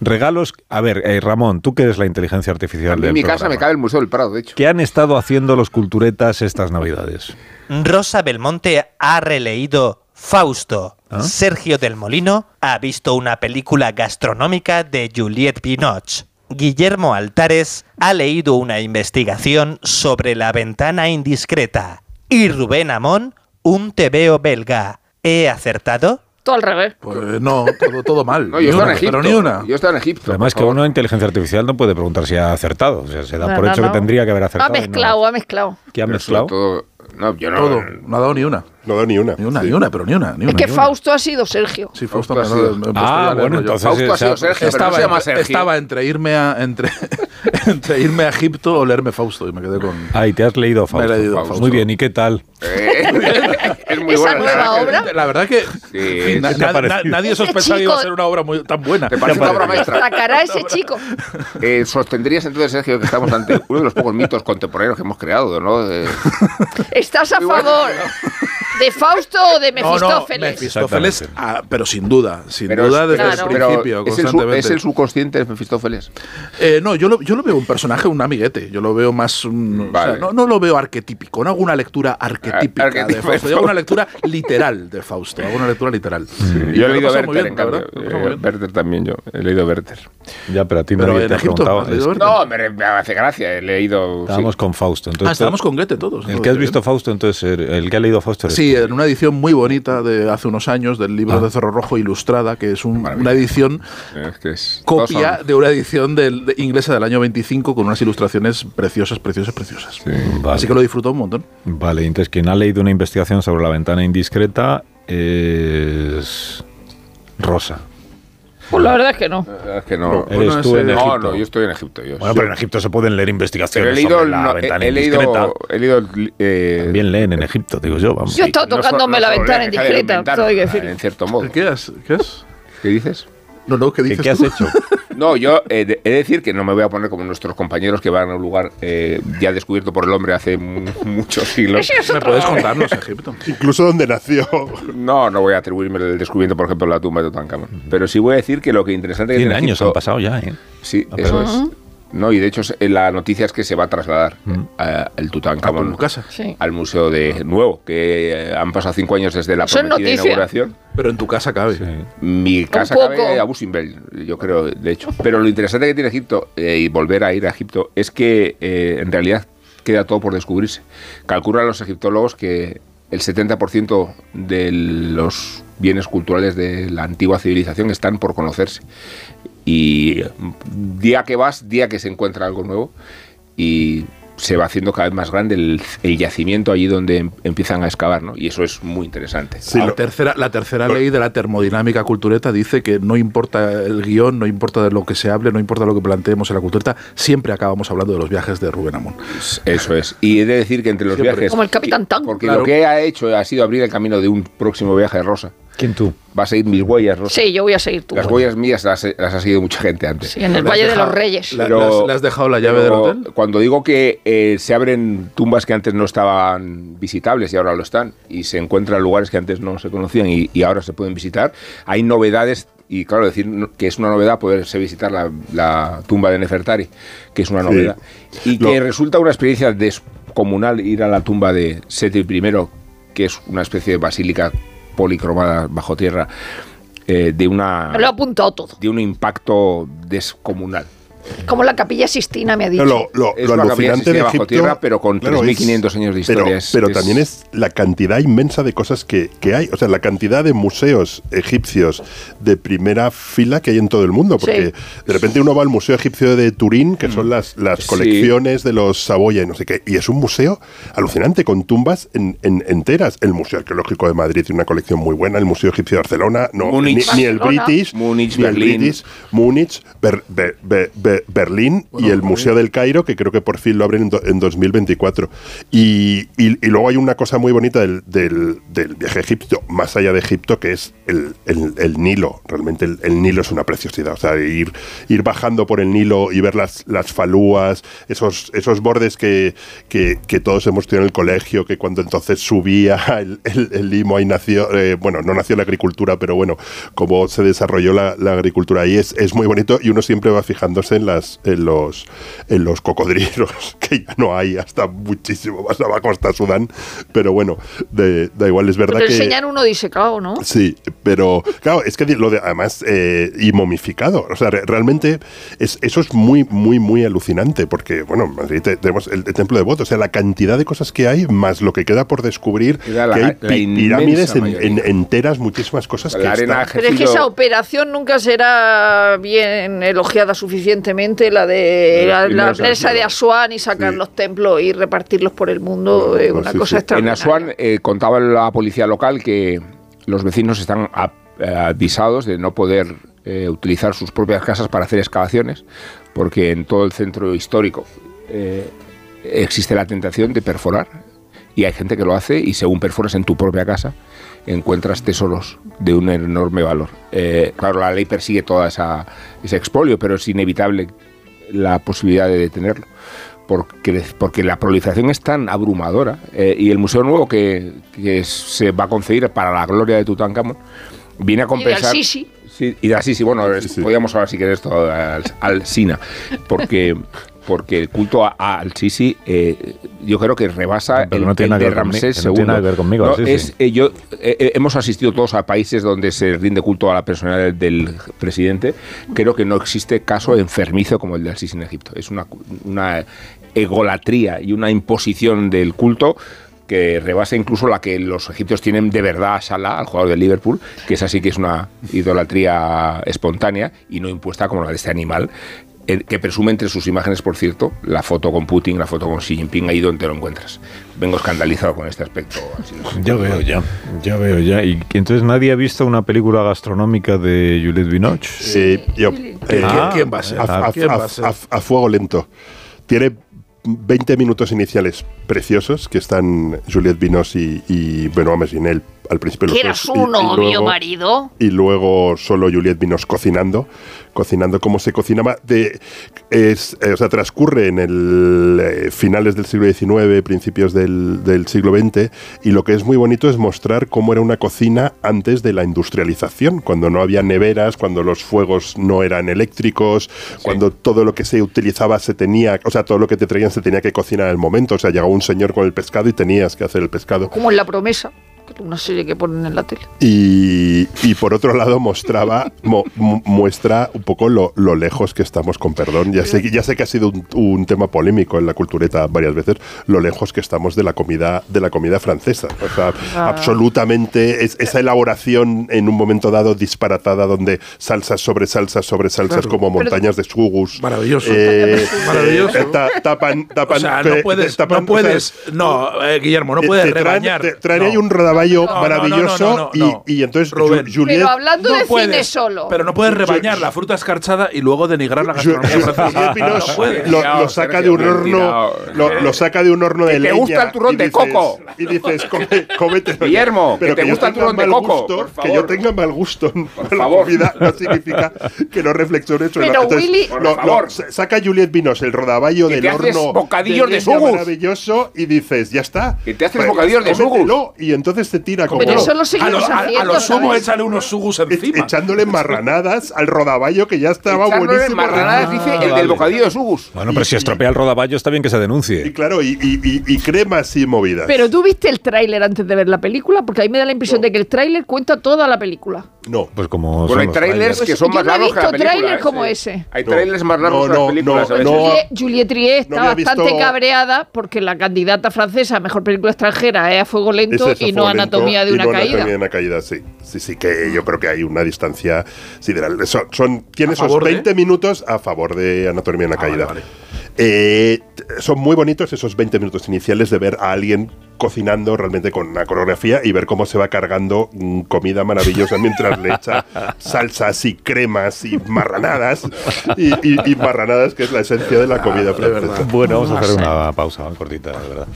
[SPEAKER 3] Regalos. A ver, eh, Ramón, tú que eres la inteligencia artificial
[SPEAKER 7] A mí
[SPEAKER 3] del
[SPEAKER 7] en mi casa
[SPEAKER 3] programa.
[SPEAKER 7] me cabe el Museo del Prado, de hecho.
[SPEAKER 3] ¿Qué han estado haciendo los culturetas estas navidades?
[SPEAKER 8] Rosa Belmonte ha releído Fausto. Sergio del Molino ha visto una película gastronómica de Juliette Binoche. Guillermo Altares ha leído una investigación sobre la ventana indiscreta. Y Rubén Amón, un tebeo belga. ¿He acertado?
[SPEAKER 6] Todo al revés.
[SPEAKER 4] Pues no, todo, todo mal.
[SPEAKER 7] No, yo
[SPEAKER 4] Ni
[SPEAKER 7] estaba
[SPEAKER 4] una,
[SPEAKER 7] en Egipto.
[SPEAKER 4] Pero ni una.
[SPEAKER 7] Yo estaba en Egipto.
[SPEAKER 3] Además,
[SPEAKER 7] por
[SPEAKER 3] que
[SPEAKER 7] favor.
[SPEAKER 3] una inteligencia artificial no puede preguntar si ha acertado. O sea, se da
[SPEAKER 6] No,
[SPEAKER 3] por
[SPEAKER 6] no,
[SPEAKER 3] hecho
[SPEAKER 6] no.
[SPEAKER 3] que tendría que haber
[SPEAKER 6] Ha
[SPEAKER 3] acertado. y no-
[SPEAKER 6] mezclado, ha mezclado.
[SPEAKER 3] ¿Qué ha
[SPEAKER 7] Pero
[SPEAKER 3] mezclado?
[SPEAKER 7] sobre Todo, no, yo no.
[SPEAKER 4] Todo. No ha dado ni una.
[SPEAKER 5] No da ni una.
[SPEAKER 4] Ni una,
[SPEAKER 5] Sí.
[SPEAKER 4] ni una, pero ni una. Ni
[SPEAKER 6] Es
[SPEAKER 4] una,
[SPEAKER 6] que
[SPEAKER 4] ni una.
[SPEAKER 6] Fausto ha sido Sergio.
[SPEAKER 4] Sí, Fausto.
[SPEAKER 7] Fausto ha
[SPEAKER 4] me-
[SPEAKER 7] sido.
[SPEAKER 4] me- me- me-
[SPEAKER 3] Ah,
[SPEAKER 4] me-
[SPEAKER 3] bueno,
[SPEAKER 4] me-
[SPEAKER 3] entonces
[SPEAKER 7] Fausto ha sido
[SPEAKER 3] esa-
[SPEAKER 7] Sergio, pero no se llama
[SPEAKER 4] entre,
[SPEAKER 7] Sergio.
[SPEAKER 4] estaba entre irme a entre, entre irme a Egipto o leerme Fausto y me quedé con
[SPEAKER 3] Ay, te has leído Fausto.
[SPEAKER 4] leído
[SPEAKER 3] Fausto.
[SPEAKER 4] Fausto.
[SPEAKER 3] Muy bien, ¿y qué tal?
[SPEAKER 7] Eh, es muy
[SPEAKER 6] Esa
[SPEAKER 7] buena.
[SPEAKER 6] nueva obra.
[SPEAKER 4] Eh, La verdad que
[SPEAKER 7] Sí,
[SPEAKER 4] na-
[SPEAKER 3] ¿qué te ha
[SPEAKER 4] na-
[SPEAKER 3] parecido?
[SPEAKER 4] na- nadie
[SPEAKER 6] Este
[SPEAKER 4] sospechaba que iba a
[SPEAKER 6] chico-
[SPEAKER 4] ser una obra muy, tan buena.
[SPEAKER 7] ¿Te parece una obra maestra?
[SPEAKER 6] Sacará ese chico.
[SPEAKER 7] Eh, sostendrías entonces, Sergio, que estamos ante uno de los pocos mitos contemporáneos que hemos creado, ¿no? Eh,
[SPEAKER 6] ¿Estás a
[SPEAKER 7] Muy bueno.
[SPEAKER 6] favor de Fausto o de
[SPEAKER 4] No, no,
[SPEAKER 6] Mefistófeles?
[SPEAKER 4] Mefistófeles, ah, pero sin duda, sin
[SPEAKER 7] pero
[SPEAKER 4] duda
[SPEAKER 7] es-
[SPEAKER 4] desde
[SPEAKER 6] Claro.
[SPEAKER 4] el
[SPEAKER 7] pero
[SPEAKER 4] principio,
[SPEAKER 7] es, el su-
[SPEAKER 4] constantemente.
[SPEAKER 7] es el subconsciente de Mefistófeles.
[SPEAKER 4] Eh, no, yo lo, yo lo veo un personaje, un amiguete. Yo lo veo más. un- o sea,
[SPEAKER 7] Vale.
[SPEAKER 4] no, no lo veo arquetípico. No hago una lectura arquetípica
[SPEAKER 7] Ar- arquetípico
[SPEAKER 4] de Fausto. Yo hago una lectura literal de Fausto. Hago una lectura literal. Y
[SPEAKER 7] Yo
[SPEAKER 4] me
[SPEAKER 7] he
[SPEAKER 4] lo
[SPEAKER 7] leído
[SPEAKER 4] he pasado muy
[SPEAKER 7] Werther,
[SPEAKER 4] bien,
[SPEAKER 7] en
[SPEAKER 4] la verdad,
[SPEAKER 7] cambio.
[SPEAKER 4] me lo he pasado muy
[SPEAKER 7] Eh,
[SPEAKER 4] bien.
[SPEAKER 7] Werther también yo. He leído Werther.
[SPEAKER 3] Ya, pero a ti
[SPEAKER 4] Pero
[SPEAKER 3] nadie
[SPEAKER 4] en
[SPEAKER 3] te ha
[SPEAKER 4] Egipto. ¿has
[SPEAKER 3] preguntado.
[SPEAKER 4] leído
[SPEAKER 3] Es-
[SPEAKER 4] Werther?
[SPEAKER 7] No, me, me hace gracia. He leído. sí.
[SPEAKER 3] Estábamos con Fausto. Entonces,
[SPEAKER 4] Ah, estábamos con Goethe todos.
[SPEAKER 3] El que has
[SPEAKER 4] entonces,
[SPEAKER 3] visto este. Fausto, entonces, el- el que ha leído Fausto. eres
[SPEAKER 4] Sí,
[SPEAKER 3] tú.
[SPEAKER 4] en una edición muy bonita de hace unos años del
[SPEAKER 3] Ah.
[SPEAKER 4] libro de Cerro Rojo ilustrada, que es un-
[SPEAKER 7] Maravilla.
[SPEAKER 4] una edición
[SPEAKER 7] Es que es- todos
[SPEAKER 4] copia
[SPEAKER 7] son-
[SPEAKER 4] de una edición del- de- inglesa del año 25 con unas ilustraciones preciosas, preciosas, preciosas.
[SPEAKER 3] Vale.
[SPEAKER 4] Así que lo disfruto un montón.
[SPEAKER 3] Vale, entonces quien ha leído una investigación sobre la ventana indiscreta es Rosa.
[SPEAKER 6] Pues la verdad es que no.
[SPEAKER 7] La verdad es que no.
[SPEAKER 3] Eres
[SPEAKER 4] no,
[SPEAKER 3] tú
[SPEAKER 4] ese-
[SPEAKER 3] en Egipto.
[SPEAKER 7] No, no, yo estoy en Egipto. Yo
[SPEAKER 3] Bueno, pero en Egipto se pueden leer
[SPEAKER 7] Pero
[SPEAKER 3] investigaciones
[SPEAKER 7] he leído.
[SPEAKER 3] sobre la
[SPEAKER 7] no,
[SPEAKER 3] ventana
[SPEAKER 7] he, he
[SPEAKER 3] indiscreta.
[SPEAKER 7] leído. He leído eh,
[SPEAKER 3] También leen en Egipto, digo yo, vamos.
[SPEAKER 6] Yo estaba
[SPEAKER 7] no so-
[SPEAKER 6] tocándome
[SPEAKER 7] no
[SPEAKER 6] la
[SPEAKER 7] solo
[SPEAKER 6] ventana
[SPEAKER 7] leer, que lo
[SPEAKER 6] indiscreta,
[SPEAKER 7] inventaron,
[SPEAKER 6] todo hay que decir.
[SPEAKER 7] En cierto modo.
[SPEAKER 4] ¿Qué es? ¿Qué es?
[SPEAKER 7] ¿Qué dices?
[SPEAKER 4] No, no, ¿qué
[SPEAKER 3] ¿Qué,
[SPEAKER 4] dices?
[SPEAKER 3] qué has
[SPEAKER 4] tú?
[SPEAKER 3] hecho?
[SPEAKER 7] No, yo eh, de- he de decir que no me voy a poner como nuestros compañeros que van a un lugar eh, ya descubierto por el hombre hace mu- muchos siglos.
[SPEAKER 6] Ese es
[SPEAKER 4] ¿Me
[SPEAKER 6] otro.
[SPEAKER 4] puedes contarnos, Egipto?
[SPEAKER 5] Incluso donde nació.
[SPEAKER 7] No, no voy a atribuirme el descubrimiento, por ejemplo, de la tumba de Tutankamón. Pero sí voy a decir que lo que interesante que
[SPEAKER 3] 100
[SPEAKER 7] tiene
[SPEAKER 3] años
[SPEAKER 7] Egipto-
[SPEAKER 3] han pasado ya, ¿eh?
[SPEAKER 7] Sí,
[SPEAKER 3] Ah,
[SPEAKER 7] eso
[SPEAKER 3] perdón.
[SPEAKER 7] es. No, y de hecho es- eh, la noticia es que se va a trasladar
[SPEAKER 3] Ah,
[SPEAKER 7] a- el
[SPEAKER 4] Por
[SPEAKER 7] Tutankamón
[SPEAKER 4] tu casa.
[SPEAKER 6] Sí.
[SPEAKER 7] al museo de nuevo, que eh, han pasado cinco años desde la
[SPEAKER 6] Eso es
[SPEAKER 7] prometida
[SPEAKER 6] noticia.
[SPEAKER 7] inauguración.
[SPEAKER 4] Pero en tu casa cabe.
[SPEAKER 7] Mi casa
[SPEAKER 6] poco.
[SPEAKER 7] cabe a Busimbel, yo creo, de hecho. Pero lo interesante que tiene Egipto, eh, y volver a ir a Egipto, es que eh, en realidad queda todo por descubrirse. Calculan los egiptólogos que el 70% de los bienes culturales de la antigua civilización están por conocerse. Y día que vas, día que se encuentra algo nuevo, y se va haciendo cada vez más grande el, el yacimiento allí donde em- empiezan a excavar, ¿no? Y eso es muy interesante.
[SPEAKER 5] Sí,
[SPEAKER 4] la,
[SPEAKER 5] lo-
[SPEAKER 4] tercera, la tercera ley de la termodinámica cultureta dice que no importa el guión, no importa de lo que se hable, no importa lo que planteemos en la cultureta, siempre acabamos hablando de los viajes de Rubén Amón.
[SPEAKER 7] Eso es. Y he de decir que entre los
[SPEAKER 4] Siempre.
[SPEAKER 7] viajes.
[SPEAKER 6] Como el Capitán Tan.
[SPEAKER 7] Porque
[SPEAKER 4] Claro.
[SPEAKER 7] lo que ha hecho ha sido abrir el camino de un próximo viaje de Rosa.
[SPEAKER 3] ¿Quién tú?
[SPEAKER 7] Va a seguir mis huellas, Rosa.
[SPEAKER 6] Sí, yo voy a seguir tú.
[SPEAKER 7] Las huellas mías las, las ha seguido mucha gente antes.
[SPEAKER 6] Sí, en el
[SPEAKER 4] Le has
[SPEAKER 6] Valle de
[SPEAKER 4] dejado-
[SPEAKER 6] los Reyes.
[SPEAKER 4] la-
[SPEAKER 7] Pero-
[SPEAKER 4] le has- le has dejado la llave
[SPEAKER 7] pero
[SPEAKER 4] del hotel?
[SPEAKER 7] Cuando digo que eh, se abren tumbas que antes no estaban visitables y ahora lo están, y se encuentran lugares que antes no se conocían y, y ahora se pueden visitar, hay novedades. Y claro, decir no- que es una novedad poderse visitar la, la tumba de Nefertari, que es una
[SPEAKER 5] Sí.
[SPEAKER 7] novedad. Y
[SPEAKER 5] Lo-
[SPEAKER 7] que resulta una experiencia descomunal ir a la tumba de Seti I, que es una especie de basílica policromada bajo tierra, eh, de, una,
[SPEAKER 6] Me lo he apuntado todo.
[SPEAKER 7] de un impacto descomunal.
[SPEAKER 6] Como la Capilla Sistina me ha dicho.
[SPEAKER 5] No, lo, lo-
[SPEAKER 7] Es
[SPEAKER 5] lo
[SPEAKER 7] una
[SPEAKER 5] alucinante
[SPEAKER 7] capilla
[SPEAKER 5] de
[SPEAKER 7] Sistina bajo
[SPEAKER 5] Egipto,
[SPEAKER 7] tierra, pero con
[SPEAKER 5] claro, es-
[SPEAKER 7] 3.500 años de historia,
[SPEAKER 5] Pero,
[SPEAKER 7] es-
[SPEAKER 5] pero
[SPEAKER 7] es-
[SPEAKER 5] también es la cantidad inmensa de cosas que, que hay. O sea, la cantidad de museos egipcios de primera fila que hay en todo el mundo. Porque de repente uno va al Museo Egipcio de Turín, que son las, las
[SPEAKER 7] Mm. Sí.
[SPEAKER 5] colecciones de los Saboya y no sé qué. Y es un museo alucinante, con tumbas en- en- enteras. El Museo Arqueológico de Madrid tiene una colección muy buena. El Museo Egipcio de Barcelona, no, ni,
[SPEAKER 7] Múnich.
[SPEAKER 5] ni el
[SPEAKER 6] Barcelona.
[SPEAKER 5] British,
[SPEAKER 7] Múnich,
[SPEAKER 5] ni el
[SPEAKER 7] Berlín.
[SPEAKER 5] British, Múnich, Ber- Ber- Ber- Ber- eh, Berlín y el Museo del Cairo, que creo que por fin lo abren en, do- en 2024. Y, y- y luego hay una cosa muy bonita del, del- del viaje a Egipto, más allá de Egipto, que es el, el- el Nilo. Realmente el, el Nilo es una preciosidad. O sea, ir, ir bajando por el Nilo y ver las, las falúas, esos, esos bordes que, que- que todos hemos tenido en el colegio, que cuando entonces subía el, el- el limo, ahí nació, eh, bueno, no nació la agricultura, pero bueno, cómo se desarrolló la, la agricultura ahí es, es muy bonito y uno siempre va fijándose en, las, en, los, en los cocodrilos, que ya no hay hasta muchísimo más abajo, hasta Sudán, pero bueno, de- da igual, es verdad
[SPEAKER 6] Pero
[SPEAKER 5] que...
[SPEAKER 6] enseñan uno disecado, ¿no?
[SPEAKER 5] Sí, pero claro, es que lo de además eh, y momificado, o sea, re- realmente es, eso es muy, muy, muy alucinante porque, bueno, en Madrid te- tenemos el, el templo de Bot, o sea, la cantidad de cosas que hay más lo que queda por descubrir,
[SPEAKER 7] Queda la-
[SPEAKER 5] que hay
[SPEAKER 7] la
[SPEAKER 5] pi-
[SPEAKER 7] inmensa
[SPEAKER 5] pirámides en- en-
[SPEAKER 7] mayoría.
[SPEAKER 5] enteras, muchísimas cosas que
[SPEAKER 7] La arena
[SPEAKER 5] están-
[SPEAKER 6] Pero es que
[SPEAKER 7] Ejido-
[SPEAKER 6] esa operación nunca será bien elogiada suficientemente, la de
[SPEAKER 7] De los
[SPEAKER 6] la, la
[SPEAKER 7] primeros
[SPEAKER 6] presa de
[SPEAKER 7] arqueólogos.
[SPEAKER 6] Asuán y sacar
[SPEAKER 5] Sí.
[SPEAKER 6] los templos y repartirlos por el mundo es
[SPEAKER 5] no,
[SPEAKER 6] una
[SPEAKER 5] sí, sí.
[SPEAKER 6] cosa
[SPEAKER 5] En
[SPEAKER 7] En
[SPEAKER 6] extraordinaria.
[SPEAKER 7] Asuán eh, contaba la policía local que los vecinos están a- avisados de no poder eh, utilizar sus propias casas para hacer excavaciones, porque en todo el centro histórico eh, existe la tentación de perforar y hay gente que lo hace y según perforas en tu propia casa encuentras tesoros de un enorme valor. Eh, claro, la ley persigue toda esa ese expolio, pero es inevitable la posibilidad de detenerlo porque, porque la proliferación es tan abrumadora eh, y el Museo Nuevo que, que se va a concebir para la gloria de Tutankamón viene
[SPEAKER 6] Y
[SPEAKER 7] a
[SPEAKER 6] de
[SPEAKER 7] compensar...
[SPEAKER 6] Al-Sisi.
[SPEAKER 7] Sí, y de Al-Sisi, bueno, es-
[SPEAKER 5] Al-Sisi.
[SPEAKER 7] podríamos hablar si quieres todo al, al Sina, porque, porque el culto a, a Al-Sisi eh, yo creo que rebasa
[SPEAKER 3] Pero
[SPEAKER 7] el,
[SPEAKER 3] no tiene
[SPEAKER 7] el
[SPEAKER 3] nada que
[SPEAKER 7] de
[SPEAKER 3] ver conmi-
[SPEAKER 7] Ramsés
[SPEAKER 3] no
[SPEAKER 7] II.
[SPEAKER 3] tiene nada que ver conmigo,
[SPEAKER 7] No,
[SPEAKER 3] Al-Sisi.
[SPEAKER 7] es- eh, yo, eh, eh, hemos asistido todos a países donde se rinde culto a la personalidad del presidente. Creo que no existe caso enfermizo como el de Al-Sisi en Egipto. Es una, cu- una egolatría y una imposición del culto que rebasa incluso la que los egipcios tienen de verdad a Salah, al jugador del Liverpool, que es así que es una idolatría espontánea y no impuesta como la de este animal, el que presume entre sus imágenes, por cierto, la foto con Putin, la foto con Xi Jinping, ahí donde lo encuentras. Vengo escandalizado con este aspecto. así lo sé.
[SPEAKER 3] Ya veo ya, ya veo ya. ¿Y que entonces nadie ha visto una película gastronómica de Juliette Binoche?
[SPEAKER 5] Sí, yo- eh,
[SPEAKER 4] ¿Quién-
[SPEAKER 3] Ah,
[SPEAKER 4] ¿Quién va a ser?
[SPEAKER 5] a, a-
[SPEAKER 4] ¿Quién va
[SPEAKER 5] a-
[SPEAKER 4] a ser?
[SPEAKER 5] a- a fuego lento. Tiene 20 minutos iniciales preciosos que están Juliette Vinos y, y Benoît Messinel al principio. los
[SPEAKER 6] ¿Quieras
[SPEAKER 5] dos, y- y
[SPEAKER 6] uno, mi
[SPEAKER 5] luego-
[SPEAKER 6] marido?
[SPEAKER 5] y luego solo Juliet Vinos cocinando, cocinando como se cocinaba. De, es, eh, o sea, transcurre en el eh, finales del siglo XIX, principios del, del siglo XX, y lo que es muy bonito es mostrar cómo era una cocina antes de la industrialización, cuando no había neveras, cuando los fuegos no eran eléctricos, cuando todo lo que se utilizaba se tenía, o sea, todo lo que te traían se tenía que cocinar al momento. O sea, llegaba un señor con el pescado y tenías que hacer el pescado.
[SPEAKER 6] Como en La Promesa, que es una serie que ponen en la tele.
[SPEAKER 5] Y, y por otro lado mostraba mo- mu- muestra un poco lo, lo lejos que estamos con perdón. Ya sé, que- ya sé que ha sido un, un tema polémico en la cultureta varias veces, lo lejos que estamos de la comida, de la comida francesa. O sea, absolutamente es- esa elaboración en un momento dado disparatada donde salsas sobre salsas sobre salsas
[SPEAKER 4] Claro.
[SPEAKER 5] como montañas de sugus.
[SPEAKER 4] Maravilloso.
[SPEAKER 5] Eh,
[SPEAKER 4] Maravilloso.
[SPEAKER 5] eh, ta- tapan, tapan,
[SPEAKER 4] O sea,
[SPEAKER 5] eh,
[SPEAKER 4] no puedes,
[SPEAKER 5] tapan-
[SPEAKER 4] no
[SPEAKER 5] o sea,
[SPEAKER 4] puedes, no, eh, Guillermo, no
[SPEAKER 5] te-
[SPEAKER 4] puedes
[SPEAKER 5] te traen-
[SPEAKER 4] rebañar.
[SPEAKER 5] te traen
[SPEAKER 4] No.
[SPEAKER 5] ahí un rodaballo
[SPEAKER 4] No, no, no,
[SPEAKER 5] maravilloso
[SPEAKER 4] no, no,
[SPEAKER 5] y-
[SPEAKER 4] no.
[SPEAKER 5] y, entonces Ju-
[SPEAKER 4] Rubén.
[SPEAKER 5] Juliet-
[SPEAKER 6] Pero hablando
[SPEAKER 4] No
[SPEAKER 6] de cine
[SPEAKER 4] puedes,
[SPEAKER 6] solo.
[SPEAKER 4] Pero no puedes rebañar la fruta escarchada y luego denigrar la
[SPEAKER 5] Ju-
[SPEAKER 4] gastronomía
[SPEAKER 5] Ju- Juliet
[SPEAKER 4] francesa.
[SPEAKER 5] Binoche
[SPEAKER 4] No puedes.
[SPEAKER 5] lo,
[SPEAKER 7] Tirao,
[SPEAKER 5] lo saca de
[SPEAKER 7] Sergio,
[SPEAKER 5] un
[SPEAKER 7] bien
[SPEAKER 5] horno
[SPEAKER 7] tirao.
[SPEAKER 5] lo, lo saca de un horno de
[SPEAKER 7] Que te
[SPEAKER 5] leña
[SPEAKER 7] gusta el turrón
[SPEAKER 5] y
[SPEAKER 7] de
[SPEAKER 5] dices-
[SPEAKER 7] coco.
[SPEAKER 5] y dices come- cómetelo
[SPEAKER 7] Guillermo, que te
[SPEAKER 5] yo
[SPEAKER 7] gusta el
[SPEAKER 5] tenga
[SPEAKER 7] turrón de
[SPEAKER 5] mal
[SPEAKER 7] coco,
[SPEAKER 5] gusto,
[SPEAKER 7] por
[SPEAKER 5] que yo
[SPEAKER 7] favor.
[SPEAKER 5] tenga mal gusto en la
[SPEAKER 7] favor.
[SPEAKER 5] comida no significa que no reflexione sobre
[SPEAKER 6] Pero,
[SPEAKER 5] la- entonces,
[SPEAKER 6] Willy-
[SPEAKER 5] lo-
[SPEAKER 7] Por
[SPEAKER 5] lo-
[SPEAKER 7] favor.
[SPEAKER 5] sa- saca Juliet Vinos el rodaballo
[SPEAKER 7] Y
[SPEAKER 5] del
[SPEAKER 7] te haces
[SPEAKER 5] horno
[SPEAKER 7] bocadillos de
[SPEAKER 5] leña
[SPEAKER 7] sugus.
[SPEAKER 5] maravilloso y dices ya está Pues,
[SPEAKER 7] Y te haces bocadillos de
[SPEAKER 5] cómetelo, y entonces te tira como
[SPEAKER 6] Pero eso lo
[SPEAKER 4] a
[SPEAKER 6] seguimos
[SPEAKER 4] los, a,
[SPEAKER 6] haciendo.
[SPEAKER 4] a los sumo
[SPEAKER 6] ¿sabes?
[SPEAKER 4] échale unos sugus
[SPEAKER 5] e-
[SPEAKER 4] encima.
[SPEAKER 5] echándole marranadas al rodaballo que ya estaba
[SPEAKER 7] Echándole
[SPEAKER 5] buenísimo Ah.
[SPEAKER 7] marranadas, dice el
[SPEAKER 3] vale.
[SPEAKER 7] del bocadillo de Sugus.
[SPEAKER 3] Bueno, pero si estropea el rodaballo está bien que se
[SPEAKER 5] Y
[SPEAKER 3] denuncie.
[SPEAKER 5] claro, y, y, y, y cremas y movidas.
[SPEAKER 6] Pero tú viste el tráiler antes de ver la película, porque ahí me da la impresión de que el tráiler cuenta toda la película.
[SPEAKER 5] no.
[SPEAKER 3] Pues como
[SPEAKER 7] Bueno,
[SPEAKER 3] son
[SPEAKER 7] hay
[SPEAKER 3] los
[SPEAKER 7] trailers
[SPEAKER 6] trailers.
[SPEAKER 7] que son
[SPEAKER 6] Yo
[SPEAKER 7] más
[SPEAKER 6] no he
[SPEAKER 7] largos que la
[SPEAKER 6] visto
[SPEAKER 7] película.
[SPEAKER 6] trailers
[SPEAKER 7] ¿eh?
[SPEAKER 6] como
[SPEAKER 7] Sí.
[SPEAKER 6] ese.
[SPEAKER 7] Hay
[SPEAKER 5] No,
[SPEAKER 7] trailers más largos
[SPEAKER 5] no,
[SPEAKER 7] que las
[SPEAKER 5] no,
[SPEAKER 7] películas.
[SPEAKER 5] no,
[SPEAKER 7] a veces.
[SPEAKER 5] no.
[SPEAKER 6] Juliet, Juliet Triet
[SPEAKER 5] no
[SPEAKER 6] Eh, está
[SPEAKER 5] había
[SPEAKER 6] bastante
[SPEAKER 5] visto-
[SPEAKER 6] cabreada porque la candidata francesa a mejor película extranjera es A Fuego Lento
[SPEAKER 5] Ese
[SPEAKER 6] y no
[SPEAKER 5] fue
[SPEAKER 6] Anatomía
[SPEAKER 5] lento
[SPEAKER 6] de
[SPEAKER 5] y
[SPEAKER 6] una
[SPEAKER 5] no
[SPEAKER 6] Caída.
[SPEAKER 5] Anatomía de una caída, sí. Sí, sí, que yo creo que hay una distancia sideral. Son, son, tiene
[SPEAKER 4] ¿A
[SPEAKER 5] esos
[SPEAKER 4] favor de?
[SPEAKER 5] 20 minutos a favor de Anatomía de una
[SPEAKER 4] Ah,
[SPEAKER 5] caída.
[SPEAKER 4] vale, vale.
[SPEAKER 5] Eh, t- son muy bonitos esos 20 minutos iniciales de ver a alguien co- cocinando realmente con una coreografía y ver cómo se va cargando mm, comida maravillosa mientras le echa salsas y cremas y marranadas y, y- y marranadas que es la esencia
[SPEAKER 4] Ah,
[SPEAKER 5] de la comida francesa.
[SPEAKER 3] Bueno, vamos a hacer una pausa muy cortita, de verdad.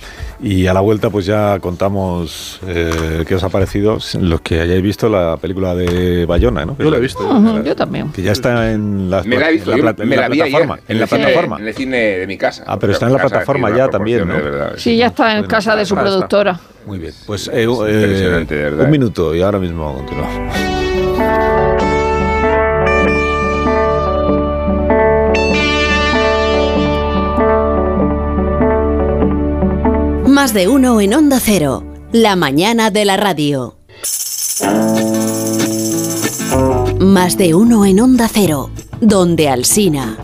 [SPEAKER 3] Y a la vuelta, pues ya contamos eh, qué os ha parecido, los que hayáis visto la película de Bayona, ¿no?
[SPEAKER 4] Yo la he visto.
[SPEAKER 6] Ujú, yo también.
[SPEAKER 3] Que ya está en la,
[SPEAKER 7] Me la he visto,
[SPEAKER 3] en
[SPEAKER 7] yo
[SPEAKER 3] la pla-
[SPEAKER 7] me
[SPEAKER 3] en
[SPEAKER 7] la,
[SPEAKER 3] la
[SPEAKER 7] vi ayer
[SPEAKER 3] plataforma. en la
[SPEAKER 7] el cine-
[SPEAKER 3] plataforma.
[SPEAKER 7] en el cine de mi casa.
[SPEAKER 3] Ah, pero está en la
[SPEAKER 7] Casa,
[SPEAKER 3] plataforma
[SPEAKER 7] tiene
[SPEAKER 3] ya
[SPEAKER 7] unas
[SPEAKER 3] también,
[SPEAKER 7] proporciones,
[SPEAKER 3] ¿no?
[SPEAKER 7] de verdad.
[SPEAKER 6] Sí, ya está en
[SPEAKER 3] Bueno,
[SPEAKER 6] casa de su
[SPEAKER 3] está, está.
[SPEAKER 6] productora.
[SPEAKER 3] Muy bien, pues
[SPEAKER 7] Sí,
[SPEAKER 3] eh,
[SPEAKER 7] es
[SPEAKER 3] eh,
[SPEAKER 7] impresionante, de verdad.
[SPEAKER 3] un minuto y ahora mismo continuamos.
[SPEAKER 1] Más de uno en Onda Cero. La mañana de la radio. Más de uno en Onda Cero. Donde Alsina.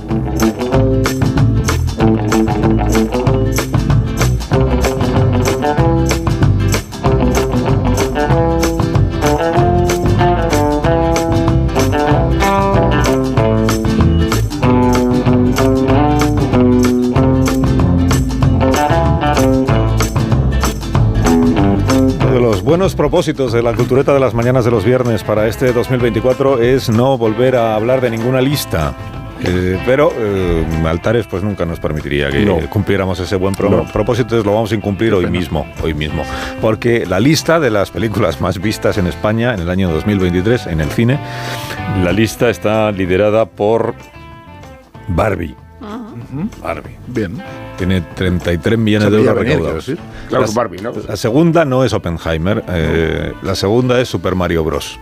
[SPEAKER 3] Uno de los buenos propósitos de la cultureta de las mañanas de los viernes para este 2024 es no volver a hablar de ninguna lista. Eh, pero eh, Altares pues nunca nos permitiría que
[SPEAKER 5] No.
[SPEAKER 3] cumpliéramos ese buen pro-
[SPEAKER 5] No.
[SPEAKER 3] propósito, entonces lo vamos a incumplir hoy mismo, hoy mismo, porque la lista de las películas más vistas en España en el año 2023 en el cine, la lista está liderada por Barbie. Barbie.
[SPEAKER 4] Bien.
[SPEAKER 3] Tiene 33 millones de
[SPEAKER 4] Sabía
[SPEAKER 3] euros
[SPEAKER 4] venir,
[SPEAKER 3] recaudados.
[SPEAKER 4] quiero decir.
[SPEAKER 7] Claro,
[SPEAKER 3] La-
[SPEAKER 7] con Barbie, ¿no?
[SPEAKER 3] La segunda no es Oppenheimer, eh, la segunda es Super Mario Bros.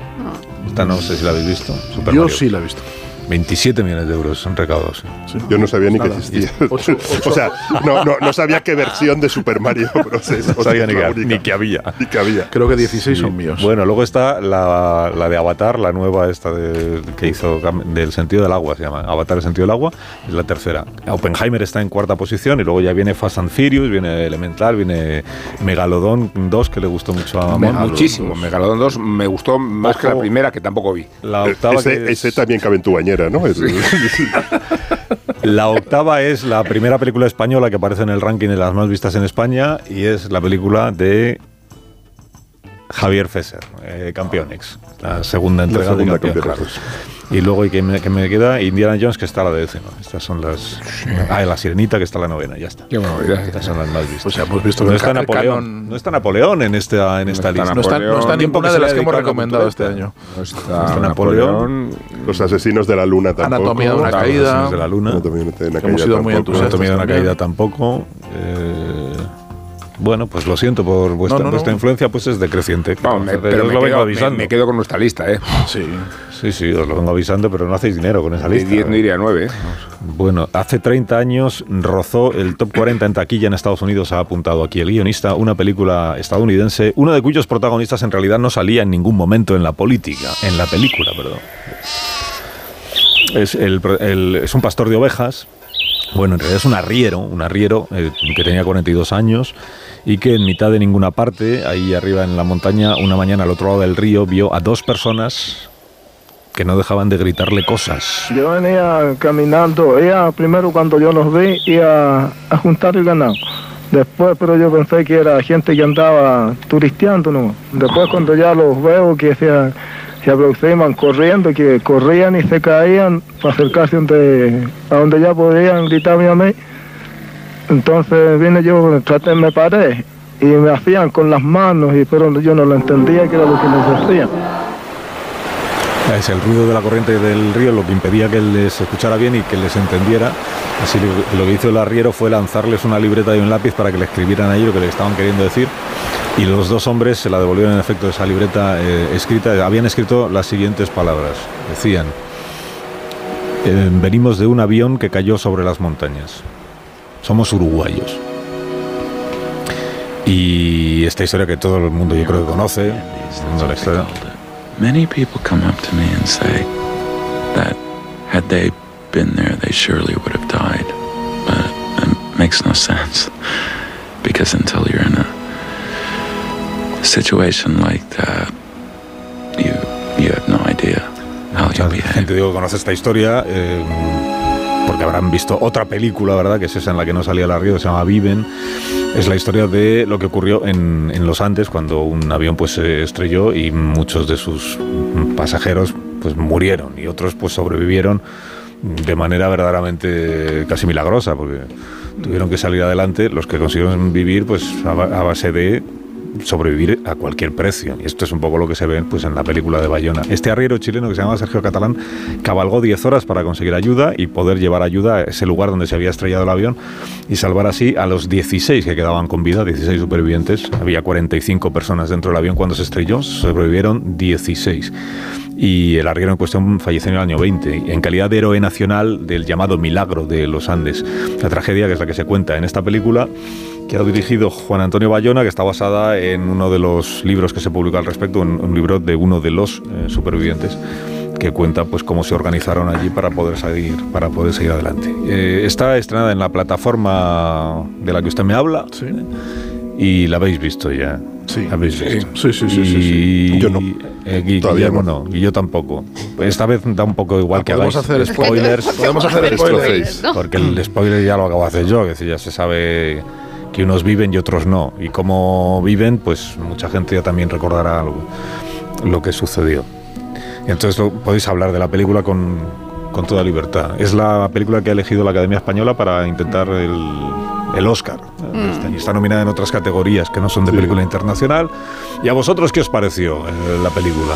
[SPEAKER 3] Esta no sé si la habéis visto. Super
[SPEAKER 4] Ah. Yo
[SPEAKER 3] Mario.
[SPEAKER 4] sí la he visto.
[SPEAKER 3] 27 millones de euros son recaudados.
[SPEAKER 4] Sí.
[SPEAKER 5] Yo no sabía ni que
[SPEAKER 4] Nada.
[SPEAKER 5] existía.
[SPEAKER 4] Ocho- ocho-
[SPEAKER 5] O sea, no, no, no sabía qué versión de Super Mario Bros. es.
[SPEAKER 3] No
[SPEAKER 5] O sea,
[SPEAKER 3] sabía ni
[SPEAKER 5] es la
[SPEAKER 3] que,
[SPEAKER 5] única.
[SPEAKER 3] ni que había.
[SPEAKER 5] Ni que había.
[SPEAKER 4] Creo que 16 son míos.
[SPEAKER 3] Bueno, luego está la, la de Avatar, la nueva esta de- que hizo Gam- del sentido del agua, se llama. Avatar el sentido del agua, es la tercera. Oppenheimer está en cuarta posición y luego ya viene Fast and Furious, viene Elemental, viene Megalodon 2, que le gustó mucho a Mamón.
[SPEAKER 4] Megalodon.
[SPEAKER 7] Muchísimo. Megalodon 2 me gustó más que la
[SPEAKER 3] Ojo.
[SPEAKER 7] primera, que tampoco vi.
[SPEAKER 3] La octava que
[SPEAKER 5] ese,
[SPEAKER 3] es-
[SPEAKER 5] ese también cabe en tu bañera, ¿no? El-
[SPEAKER 3] La octava es la primera película española que aparece en el ranking de las más vistas en España y es la película de Javier Fesser, eh, Campeonex, la segunda
[SPEAKER 5] la
[SPEAKER 3] entrega
[SPEAKER 5] segunda
[SPEAKER 3] de Campeonex.
[SPEAKER 5] campeona.
[SPEAKER 3] Y luego, ¿y qué me, qué me queda? Indiana Jones, que está la décima. Estas son las... Ah, y La Sirenita, que está la novena, ya está.
[SPEAKER 7] Qué barbaridad.
[SPEAKER 3] Estas son las más vistas.
[SPEAKER 4] O sea, hemos visto
[SPEAKER 3] no
[SPEAKER 4] que
[SPEAKER 3] está
[SPEAKER 4] el ca- el
[SPEAKER 3] Napoleón,
[SPEAKER 4] canon-
[SPEAKER 3] no está Napoleón en esta, en esta
[SPEAKER 7] está
[SPEAKER 3] lista.
[SPEAKER 4] No está, no está
[SPEAKER 7] Napoleón.
[SPEAKER 3] Tiempo que
[SPEAKER 4] ninguna
[SPEAKER 3] se
[SPEAKER 4] de
[SPEAKER 3] le
[SPEAKER 4] las
[SPEAKER 3] ha
[SPEAKER 4] que
[SPEAKER 3] dedicado a
[SPEAKER 4] hemos
[SPEAKER 3] la
[SPEAKER 4] recomendado este
[SPEAKER 3] cultura.
[SPEAKER 4] año.
[SPEAKER 7] No está,
[SPEAKER 3] está Napoleón.
[SPEAKER 7] Napoleón.
[SPEAKER 5] Los asesinos de la luna tampoco.
[SPEAKER 4] Anatomía de una
[SPEAKER 5] Los
[SPEAKER 4] caída.
[SPEAKER 5] asesinos
[SPEAKER 3] de la
[SPEAKER 5] de la
[SPEAKER 3] luna.
[SPEAKER 5] luna también no tienen
[SPEAKER 4] Hemos
[SPEAKER 5] caída
[SPEAKER 4] sido muy
[SPEAKER 5] tampoco.
[SPEAKER 3] No ha
[SPEAKER 4] entusiastas.
[SPEAKER 3] tomado una
[SPEAKER 4] también.
[SPEAKER 3] caída tampoco. eh, bueno, pues lo siento por vuestra,
[SPEAKER 4] No, no, no.
[SPEAKER 3] vuestra influencia, pues es decreciente.
[SPEAKER 7] Vamos, me-
[SPEAKER 3] Entonces,
[SPEAKER 7] pero
[SPEAKER 3] os
[SPEAKER 7] me
[SPEAKER 3] lo vengo
[SPEAKER 7] quedo, me,
[SPEAKER 3] avisando.
[SPEAKER 7] me quedo con nuestra lista, ¿eh?
[SPEAKER 4] Sí.
[SPEAKER 3] Sí, sí, os lo vengo avisando, pero no hacéis dinero con esa
[SPEAKER 7] De
[SPEAKER 3] lista.
[SPEAKER 7] 10 no iría a 9, ¿eh?
[SPEAKER 3] Bueno, hace 30 años rozó el top 40 en taquilla en Estados Unidos, ha apuntado aquí el guionista, una película estadounidense, uno de cuyos protagonistas en realidad no salía en ningún momento en la política, en la película, perdón. Es, el pro- el- es un pastor de ovejas, bueno, en realidad es un arriero, un arriero eh, que tenía 42 años y que en mitad de ninguna parte, ahí arriba en la montaña, una mañana al otro lado del río, vio a dos personas que no dejaban de gritarle cosas.
[SPEAKER 9] Yo venía caminando, ella primero cuando yo los vi iba a juntar el ganado. Después, pero yo pensé que era gente que andaba turisteando, ¿no? Después cuando ya los veo que se, se aproximan corriendo, que corrían y se caían para acercarse donde, a donde ya podían gritarme a mí. Entonces vine yo, traté, me paré y me hacían con las manos, y pero yo no lo entendía que era lo que nos hacían.
[SPEAKER 3] Es el ruido de la corriente del río lo que impedía que les escuchara bien y que les entendiera. Así lo, lo que hizo el arriero fue lanzarles una libreta y un lápiz para que le escribieran ahí lo que le estaban queriendo decir. Y los dos hombres se la devolvieron en efecto esa libreta eh, escrita. Habían escrito las siguientes palabras. Decían, "Eh, venimos de un avión que cayó sobre las montañas. Somos uruguayos. Y esta historia que todo el mundo yo creo que conoce, todo el mundo la historia,
[SPEAKER 10] Many people come up to me and say that had they been there, they surely would have died. But it makes no sense because until you're in a situation like that, you you have no idea how
[SPEAKER 3] Mucha
[SPEAKER 10] you'll behave.
[SPEAKER 3] gente digo que conoce esta historia eh, porque habrán visto otra película, ¿verdad? Que es esa en la que no salía la río, se llama Viven. Es la historia de lo que ocurrió en, en los Andes cuando un avión pues se estrelló y muchos de sus pasajeros pues murieron y otros pues sobrevivieron de manera verdaderamente casi milagrosa porque tuvieron que salir adelante los que consiguieron vivir pues a, ba- a base de sobrevivir a cualquier precio y esto es un poco lo que se ve pues en la película de Bayona este arriero chileno que se llamaba Sergio Catalán cabalgó 10 horas para conseguir ayuda y poder llevar ayuda a ese lugar donde se había estrellado el avión y salvar así a los 16 que quedaban con vida 16 supervivientes había 45 personas dentro del avión cuando se estrelló sobrevivieron 16 y el arriero en cuestión falleció en el año 20, en calidad de héroe nacional del llamado Milagro de los Andes, la tragedia que es la que se cuenta en esta película, que ha dirigido Juan Antonio Bayona, que está basada en uno de los libros que se publicó al respecto, un, un libro de uno de los eh, supervivientes que cuenta pues cómo se organizaron allí para poder salir para poder seguir adelante. Eh, está estrenada en la plataforma de la que usted me habla ¿eh?
[SPEAKER 4] Sí.
[SPEAKER 3] y la habéis visto ya.
[SPEAKER 4] Sí.
[SPEAKER 3] La habéis
[SPEAKER 4] Sí.
[SPEAKER 3] visto.
[SPEAKER 4] Sí, sí, sí, sí,
[SPEAKER 3] Y-
[SPEAKER 5] sí. Yo no.
[SPEAKER 3] eh, Gui-
[SPEAKER 5] Todavía
[SPEAKER 3] Guillermo
[SPEAKER 5] no.
[SPEAKER 3] no. Y yo tampoco. Esta vez da un poco igual
[SPEAKER 4] Ah,
[SPEAKER 3] que
[SPEAKER 4] podemos
[SPEAKER 3] hagáis
[SPEAKER 4] hacer
[SPEAKER 3] spoilers.
[SPEAKER 4] Podemos hacer spoilers.
[SPEAKER 5] Face.
[SPEAKER 6] ¿no?
[SPEAKER 3] Porque el spoiler ya lo acabo de hacer yo, que decir, ya se sabe que unos viven y otros no. Y cómo viven, pues mucha gente ya también recordará lo, lo que sucedió. Entonces lo- podéis hablar de la película con, con toda libertad. Es la película que ha elegido la Academia Española para intentar el, el Oscar. Está- y Está nominada en otras categorías que no son de película internacional. ¿Y a vosotros qué os pareció eh, la película?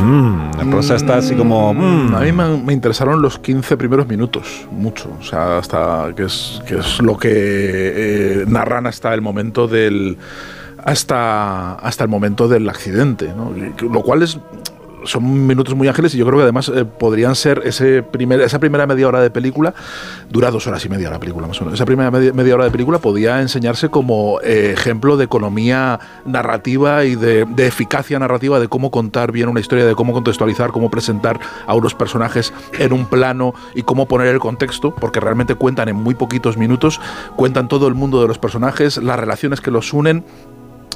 [SPEAKER 3] Mm, la cosa está así como... mm,
[SPEAKER 4] A mí me, me interesaron los 15 primeros minutos, mucho. O sea, hasta que es, que es lo que eh, narran hasta el momento del. Hasta, hasta el momento del accidente, ¿no? Y que- Lo cual es. Son minutos muy ágiles y yo creo que además eh, podrían ser ese primer, esa primera media hora de película, dura dos horas y media la película más o menos, esa primera media, media hora de película podía enseñarse como eh, ejemplo de economía narrativa y de, de eficacia narrativa, de cómo contar bien una historia, de cómo contextualizar, cómo presentar a unos personajes en un plano y cómo poner el contexto, porque realmente cuentan en muy poquitos minutos, cuentan todo el mundo de los personajes, las relaciones que los unen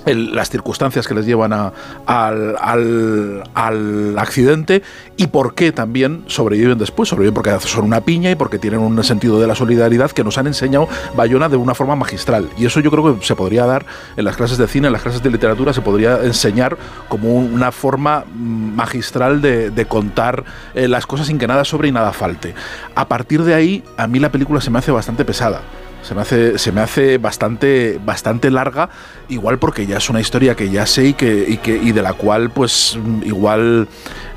[SPEAKER 4] el- las circunstancias que les llevan a- al, al- al accidente y por qué también sobreviven después. Sobreviven porque son una piña y porque tienen un sentido de la solidaridad que nos han enseñado Bayona de una forma magistral. Y eso yo creo que se podría dar en las clases de cine, en las clases de literatura, se podría enseñar como un- una forma mm, magistral de, de contar eh, las cosas sin que nada sobre y nada falte. A partir de ahí, a mí la película se me hace bastante pesada. Se me hace, se me hace bastante, bastante larga, igual porque ya es una historia que ya sé y, que, y, que, y de la cual pues mm, igual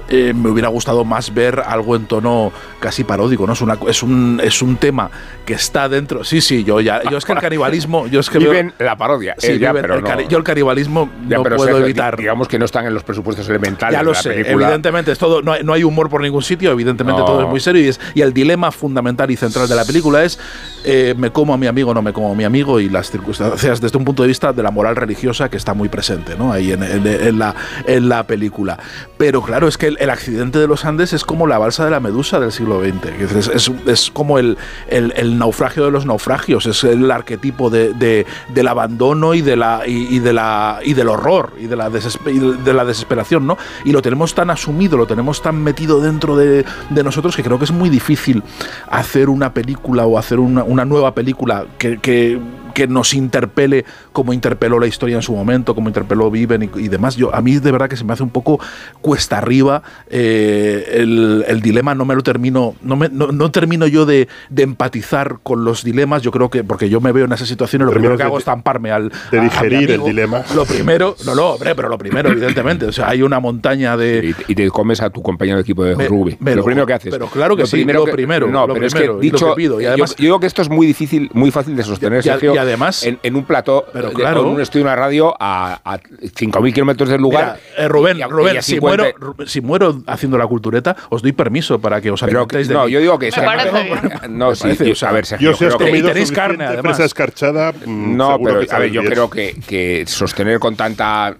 [SPEAKER 4] eh, me hubiera gustado más ver algo en tono casi paródico, ¿no? Es, una, es, un, es un tema que está dentro... Sí, sí, yo ya... Yo es que el canibalismo... Yo es que veo-
[SPEAKER 7] Viven la parodia.
[SPEAKER 4] Sí,
[SPEAKER 7] eh, ya,
[SPEAKER 4] viven
[SPEAKER 7] pero
[SPEAKER 4] el
[SPEAKER 7] no-
[SPEAKER 4] cani- yo el canibalismo
[SPEAKER 7] ya,
[SPEAKER 4] no
[SPEAKER 7] pero
[SPEAKER 4] puedo
[SPEAKER 7] Sergio,
[SPEAKER 4] evitar...
[SPEAKER 7] di- Digamos que no están en los presupuestos elementales
[SPEAKER 4] Ya lo
[SPEAKER 7] de la
[SPEAKER 4] sé,
[SPEAKER 7] película.
[SPEAKER 4] evidentemente es todo, no hay, no hay humor por ningún sitio, evidentemente
[SPEAKER 7] No.
[SPEAKER 4] todo es muy serio y, es, y el dilema fundamental y central de la película es eh, me como a mi amigo o no me como a mi amigo y las circunstancias desde un punto de vista de la moral religiosa que está muy presente ¿no? ahí en, en- en la, en la película. Pero claro, es que el, el accidente de los Andes es como la balsa de la medusa del siglo XX, que es, es- es como el, el- el naufragio de los naufragios, es el arquetipo de- de- del abandono y de la y, y de la y del horror y de la desespe- y de la desesperación, ¿no? Y lo tenemos tan asumido, lo tenemos tan metido dentro de, de nosotros que creo que es muy difícil hacer una película o hacer una, una nueva película que, que- que nos interpele como interpeló la historia en su momento, como interpeló Viven y, y demás. Yo, a mí de verdad que se me hace un poco cuesta arriba eh, el, el dilema, no me lo termino, no, me- no- no termino yo de, de empatizar con los dilemas, yo creo que, porque yo me veo en esa situación y lo primero
[SPEAKER 5] Terminas
[SPEAKER 4] que
[SPEAKER 5] de-
[SPEAKER 4] hago es estamparme al.
[SPEAKER 5] de
[SPEAKER 4] a- a mi
[SPEAKER 5] digerir el
[SPEAKER 4] amigo.
[SPEAKER 5] dilema.
[SPEAKER 4] Lo primero, no, no, hombre, pero lo primero, evidentemente. O sea, hay una montaña de.
[SPEAKER 7] Y, y te comes a tu compañero de equipo de
[SPEAKER 4] Me-
[SPEAKER 7] rugby.
[SPEAKER 4] me
[SPEAKER 7] lo
[SPEAKER 4] lo-
[SPEAKER 7] primero que haces.
[SPEAKER 4] pero claro que sí, lo primero,
[SPEAKER 7] No,
[SPEAKER 4] lo primero,
[SPEAKER 7] pero es
[SPEAKER 4] y
[SPEAKER 7] que
[SPEAKER 4] lo
[SPEAKER 7] dicho.
[SPEAKER 4] que pido, y
[SPEAKER 7] yo-
[SPEAKER 4] además-
[SPEAKER 7] yo, creo que esto es muy difícil, muy fácil de sostener,
[SPEAKER 4] Y a-
[SPEAKER 7] Sergio,
[SPEAKER 4] y además-
[SPEAKER 7] En, en un plató,
[SPEAKER 4] Pero
[SPEAKER 7] de-
[SPEAKER 4] claro.
[SPEAKER 7] en un estudio, una radio, a, a 5.000 kilómetros del lugar.
[SPEAKER 4] Mira, eh, Rubén,
[SPEAKER 7] y a- y
[SPEAKER 4] Rubén,
[SPEAKER 7] a
[SPEAKER 4] si,
[SPEAKER 7] 50.
[SPEAKER 4] muero, Ru- si muero haciendo la cultureta, os doy permiso para que os
[SPEAKER 7] Pero que-
[SPEAKER 4] alimentéis de
[SPEAKER 7] no,
[SPEAKER 4] mí.
[SPEAKER 7] yo digo que
[SPEAKER 6] Me parece
[SPEAKER 7] bien. No, sí,
[SPEAKER 4] parece,
[SPEAKER 7] yo-
[SPEAKER 4] o sea,
[SPEAKER 7] a ver, Sergio,
[SPEAKER 5] Yo si
[SPEAKER 7] creo
[SPEAKER 5] has
[SPEAKER 7] que-
[SPEAKER 4] Y
[SPEAKER 5] comido
[SPEAKER 4] tenéis carne,
[SPEAKER 5] suficiente
[SPEAKER 4] además.
[SPEAKER 5] presa escarchada, mm,
[SPEAKER 7] No,
[SPEAKER 5] seguro
[SPEAKER 7] pero
[SPEAKER 5] que
[SPEAKER 7] a ver,
[SPEAKER 5] sabes
[SPEAKER 7] yo
[SPEAKER 5] bien.
[SPEAKER 7] creo que, que sostener con tanta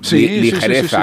[SPEAKER 4] Sí,
[SPEAKER 7] li-
[SPEAKER 4] sí, sí,
[SPEAKER 7] ligereza,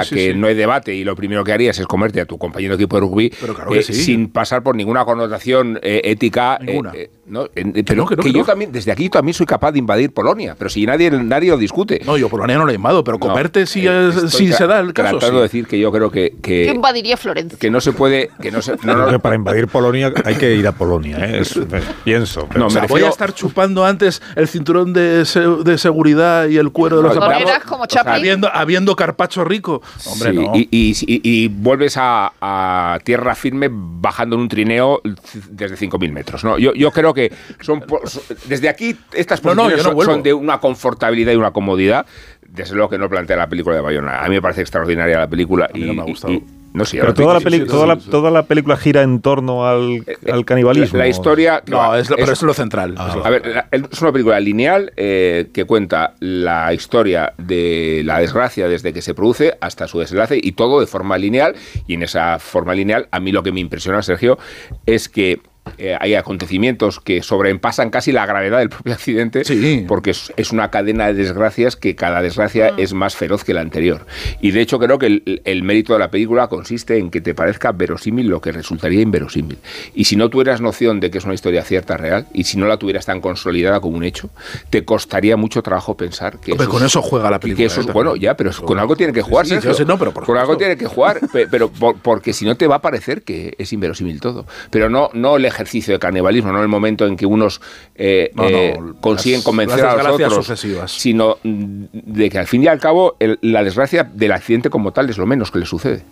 [SPEAKER 4] sí, sí, sí,
[SPEAKER 7] que
[SPEAKER 4] sí.
[SPEAKER 7] no hay debate y lo primero que harías es comerte a tu compañero de equipo de rugby eh,
[SPEAKER 4] Pero claro que sí.
[SPEAKER 7] sin pasar por ninguna connotación eh, ética. eh,
[SPEAKER 4] Ninguna.
[SPEAKER 7] eh, ¿no? En- eh, pero
[SPEAKER 4] no, que
[SPEAKER 7] que,
[SPEAKER 4] no, que
[SPEAKER 7] yo
[SPEAKER 4] no.
[SPEAKER 7] también, desde aquí también soy capaz de invadir Polonia, pero si nadie, nadie lo discute.
[SPEAKER 4] No, yo Polonia no la he llamado, pero
[SPEAKER 7] No,
[SPEAKER 4] comerte si,
[SPEAKER 7] eh,
[SPEAKER 4] es-
[SPEAKER 7] estoy
[SPEAKER 4] si
[SPEAKER 7] tra-
[SPEAKER 4] se da el caso.
[SPEAKER 7] Tratando de
[SPEAKER 4] sí.
[SPEAKER 7] decir que yo creo que, que-
[SPEAKER 6] Yo invadiría Florencia.
[SPEAKER 7] Eh, que no se puede. Que no se, no,
[SPEAKER 3] Creo
[SPEAKER 7] no,
[SPEAKER 3] que para invadir Polonia hay que ir a Polonia, ¿eh? Es- pienso.
[SPEAKER 7] No,
[SPEAKER 4] O sea,
[SPEAKER 7] me
[SPEAKER 4] voy
[SPEAKER 7] refiero-
[SPEAKER 4] a estar chupando antes el cinturón de, se- de seguridad y el cuero de los
[SPEAKER 7] No,
[SPEAKER 4] zapatos.
[SPEAKER 6] Correras como
[SPEAKER 7] o sea,
[SPEAKER 6] Chaplin.
[SPEAKER 4] Habiendo, habiendo carpacho rico. Hombre,
[SPEAKER 7] Sí,
[SPEAKER 4] no.
[SPEAKER 7] y, y- y- y vuelves a, a tierra firme bajando en un trineo c- desde 5.000 metros. ¿no? Yo, yo creo que son, po- so- desde aquí estas
[SPEAKER 4] No, no, yo
[SPEAKER 7] posiciones
[SPEAKER 4] no
[SPEAKER 7] son-
[SPEAKER 4] vuelvo.
[SPEAKER 7] son de una confortabilidad y una comodidad, desde luego que no plantea la película de Bayona. A mí me parece extraordinaria la película.
[SPEAKER 4] A mí
[SPEAKER 7] y-
[SPEAKER 4] no me ha
[SPEAKER 7] y-
[SPEAKER 4] gustado.
[SPEAKER 7] y- no sé,
[SPEAKER 3] Pero
[SPEAKER 7] ahora
[SPEAKER 3] toda la,
[SPEAKER 7] sí,
[SPEAKER 3] peli-
[SPEAKER 7] sí, sí,
[SPEAKER 3] toda, la,
[SPEAKER 7] sí, sí.
[SPEAKER 3] toda la película gira en torno al, al canibalismo.
[SPEAKER 7] La, la historia.
[SPEAKER 4] No, es lo- pero es lo central.
[SPEAKER 3] Ah.
[SPEAKER 4] Es lo-
[SPEAKER 7] A ver, la- el- es una película lineal eh, que cuenta la historia de la desgracia desde que se produce hasta su desenlace y todo de forma lineal. Y en esa forma lineal, a mí lo que me impresiona, Sergio, es que eh, hay acontecimientos que sobrepasan casi la gravedad del propio accidente,
[SPEAKER 4] Sí.
[SPEAKER 7] porque es, es una cadena de desgracias que cada desgracia es más feroz que la anterior. Y de hecho creo que el, el mérito de la película consiste en que te parezca verosímil lo que resultaría inverosímil. Y si no tuvieras noción de que es una historia cierta, real, y si no la tuvieras tan consolidada como un hecho, te costaría mucho trabajo pensar que...
[SPEAKER 4] Hombre,
[SPEAKER 7] eso
[SPEAKER 4] con
[SPEAKER 7] es-
[SPEAKER 4] eso juega la
[SPEAKER 7] y
[SPEAKER 4] película.
[SPEAKER 7] que eso
[SPEAKER 4] ¿eh?
[SPEAKER 7] es bueno, ya, pero con algo tiene que
[SPEAKER 4] Sí,
[SPEAKER 7] jugar.
[SPEAKER 4] sí, yo
[SPEAKER 7] Sergio.
[SPEAKER 4] sé, no, pero por
[SPEAKER 7] con algo
[SPEAKER 4] supuesto.
[SPEAKER 7] tiene que jugar, pe- pero por- porque si no te va a parecer que es inverosímil todo. Pero no, no el ejercicio de canibalismo, no el momento en que unos eh,
[SPEAKER 4] No, no,
[SPEAKER 7] eh, consiguen
[SPEAKER 4] las-
[SPEAKER 7] convencer
[SPEAKER 4] las
[SPEAKER 7] a los
[SPEAKER 4] desgracias
[SPEAKER 7] otros,
[SPEAKER 4] sucesivas.
[SPEAKER 7] sino mm, de que al fin y al cabo el- la desgracia del accidente como tal es lo menos que le sucede.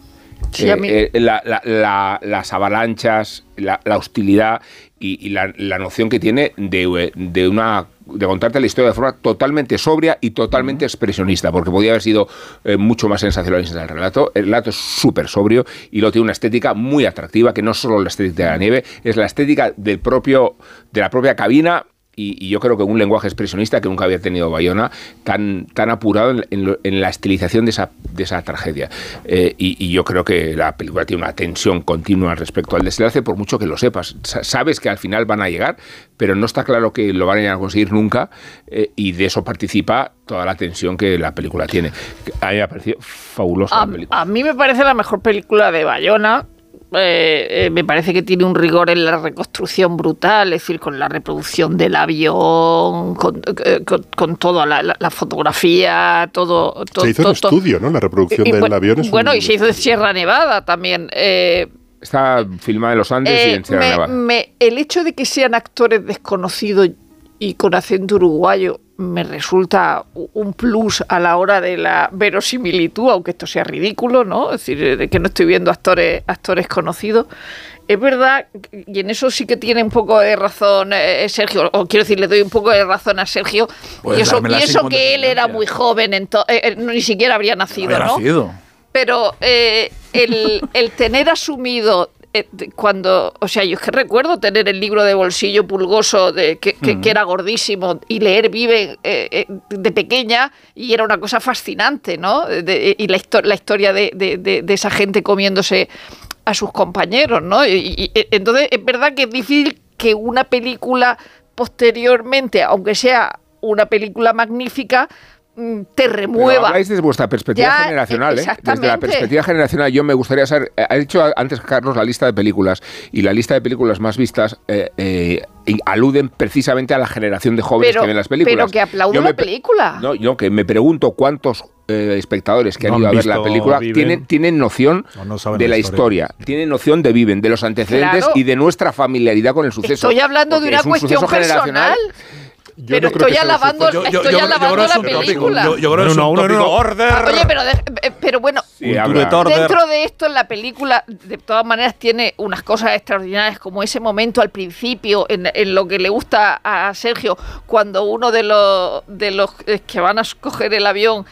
[SPEAKER 6] Sí,
[SPEAKER 7] Eh,
[SPEAKER 6] a mí-
[SPEAKER 7] eh, la- la- la- las avalanchas, la, la hostilidad y, y la, la noción que tiene de, eh, de una de contarte la historia de forma totalmente sobria y totalmente expresionista, porque podía haber sido eh, mucho más sensacionalista el relato. El relato es súper sobrio y lo tiene una estética muy atractiva, que no es solo la estética de la nieve, es la estética del propio, de la propia cabina y, y yo creo que un lenguaje expresionista que nunca había tenido Bayona, tan, tan apurado en, en lo- en la estilización de esa, de esa tragedia. Eh, y, y yo creo que la película tiene una tensión continua respecto al desenlace, por mucho que lo sepas. Sa- Sabes que al final van a llegar, pero no está claro que lo van a conseguir nunca, eh, y de eso participa toda la tensión que la película tiene. A mí me ha parecido fabulosa
[SPEAKER 6] A,
[SPEAKER 7] la película.
[SPEAKER 6] a mí me parece la mejor película de Bayona. Eh, eh, me parece que tiene un rigor en la reconstrucción brutal, es decir, con la reproducción del avión, con, eh, con- con toda la, la- la fotografía, todo. todo
[SPEAKER 5] Se hizo
[SPEAKER 6] todo-
[SPEAKER 5] un estudio, ¿no? La reproducción
[SPEAKER 6] y- y
[SPEAKER 5] del
[SPEAKER 6] bueno,
[SPEAKER 5] avión es
[SPEAKER 6] Bueno,
[SPEAKER 5] un-
[SPEAKER 6] y se hizo en Sierra Nevada también. eh,
[SPEAKER 7] Está filmada en Los Andes y
[SPEAKER 6] eh,
[SPEAKER 7] en Sierra
[SPEAKER 6] me-
[SPEAKER 7] Nevada.
[SPEAKER 6] me- el hecho de que sean actores desconocidos y con acento uruguayo me resulta u- un plus a la hora de la verosimilitud, aunque esto sea ridículo, ¿no? Es decir, eh, de que no estoy viendo actores, actores conocidos. Es verdad, y en eso sí que tiene un poco de razón eh, Sergio, o quiero decir, le doy un poco de razón a Sergio,
[SPEAKER 4] Puedes
[SPEAKER 7] Pues
[SPEAKER 6] y eso,
[SPEAKER 4] dármela
[SPEAKER 6] y
[SPEAKER 4] sin
[SPEAKER 6] eso que él era
[SPEAKER 4] condescendencia.
[SPEAKER 6] muy joven, ento- eh, eh, no- ni siquiera habría nacido,
[SPEAKER 4] Había
[SPEAKER 6] ¿no?
[SPEAKER 4] nacido.
[SPEAKER 6] Pero eh, el, el tener asumido eh, de- cuando, o sea, yo es que recuerdo tener el libro de bolsillo pulgoso de que, que- que era gordísimo y leer Vive eh, eh, de pequeña y era una cosa fascinante, ¿no? De- y la, histo- la historia de, de- de- de esa gente comiéndose a sus compañeros, ¿no? Y, y- y- entonces es verdad que es difícil que una película posteriormente, aunque sea una película magnífica, mm, te
[SPEAKER 7] Pero
[SPEAKER 6] remueva.
[SPEAKER 7] habláis desde vuestra perspectiva
[SPEAKER 6] Ya,
[SPEAKER 7] generacional,
[SPEAKER 6] e-
[SPEAKER 7] ¿eh? Desde la
[SPEAKER 6] exactamente.
[SPEAKER 7] perspectiva generacional, yo me gustaría saber. eh, Ha dicho antes Carlos la lista de películas y la lista de películas más vistas eh, eh, y aluden precisamente a la generación de jóvenes
[SPEAKER 6] Pero-
[SPEAKER 7] que ven las películas.
[SPEAKER 6] pero que aplaudo
[SPEAKER 7] Yo
[SPEAKER 6] la
[SPEAKER 7] me pe-
[SPEAKER 6] película.
[SPEAKER 7] No, yo que me pregunto cuántos eh, espectadores que han
[SPEAKER 3] No
[SPEAKER 7] ido a
[SPEAKER 3] han
[SPEAKER 7] ver la
[SPEAKER 3] visto
[SPEAKER 7] película
[SPEAKER 3] Viven.
[SPEAKER 7] tienen, tienen noción
[SPEAKER 3] O no saben
[SPEAKER 7] de
[SPEAKER 3] la
[SPEAKER 7] la historia. tienen noción de Viven, de los antecedentes
[SPEAKER 6] Claro.
[SPEAKER 7] y de nuestra familiaridad con el suceso.
[SPEAKER 6] Estoy hablando de
[SPEAKER 7] Pues Porque
[SPEAKER 6] una
[SPEAKER 7] es un
[SPEAKER 6] cuestión
[SPEAKER 7] suceso generacional.
[SPEAKER 6] personal.
[SPEAKER 5] Yo
[SPEAKER 6] Pero
[SPEAKER 5] no creo que
[SPEAKER 6] estoy
[SPEAKER 5] sea lo
[SPEAKER 6] alabando,
[SPEAKER 5] suficiente.
[SPEAKER 6] estoy alabando
[SPEAKER 4] creo que
[SPEAKER 6] la
[SPEAKER 4] es un tópico.
[SPEAKER 6] película.
[SPEAKER 4] Yo, yo creo que es un
[SPEAKER 3] no, no, no,
[SPEAKER 4] tópico.
[SPEAKER 3] order.
[SPEAKER 6] Ah, Oye, pero, de- eh, pero bueno,
[SPEAKER 7] Sí,
[SPEAKER 3] Un
[SPEAKER 7] habla.
[SPEAKER 3] tubetor. Order.
[SPEAKER 6] dentro de esto en la película, de todas maneras, tiene unas cosas extraordinarias, como ese momento al principio, en, en lo que le gusta a Sergio, cuando uno de los, de los eh, que van a coger el avión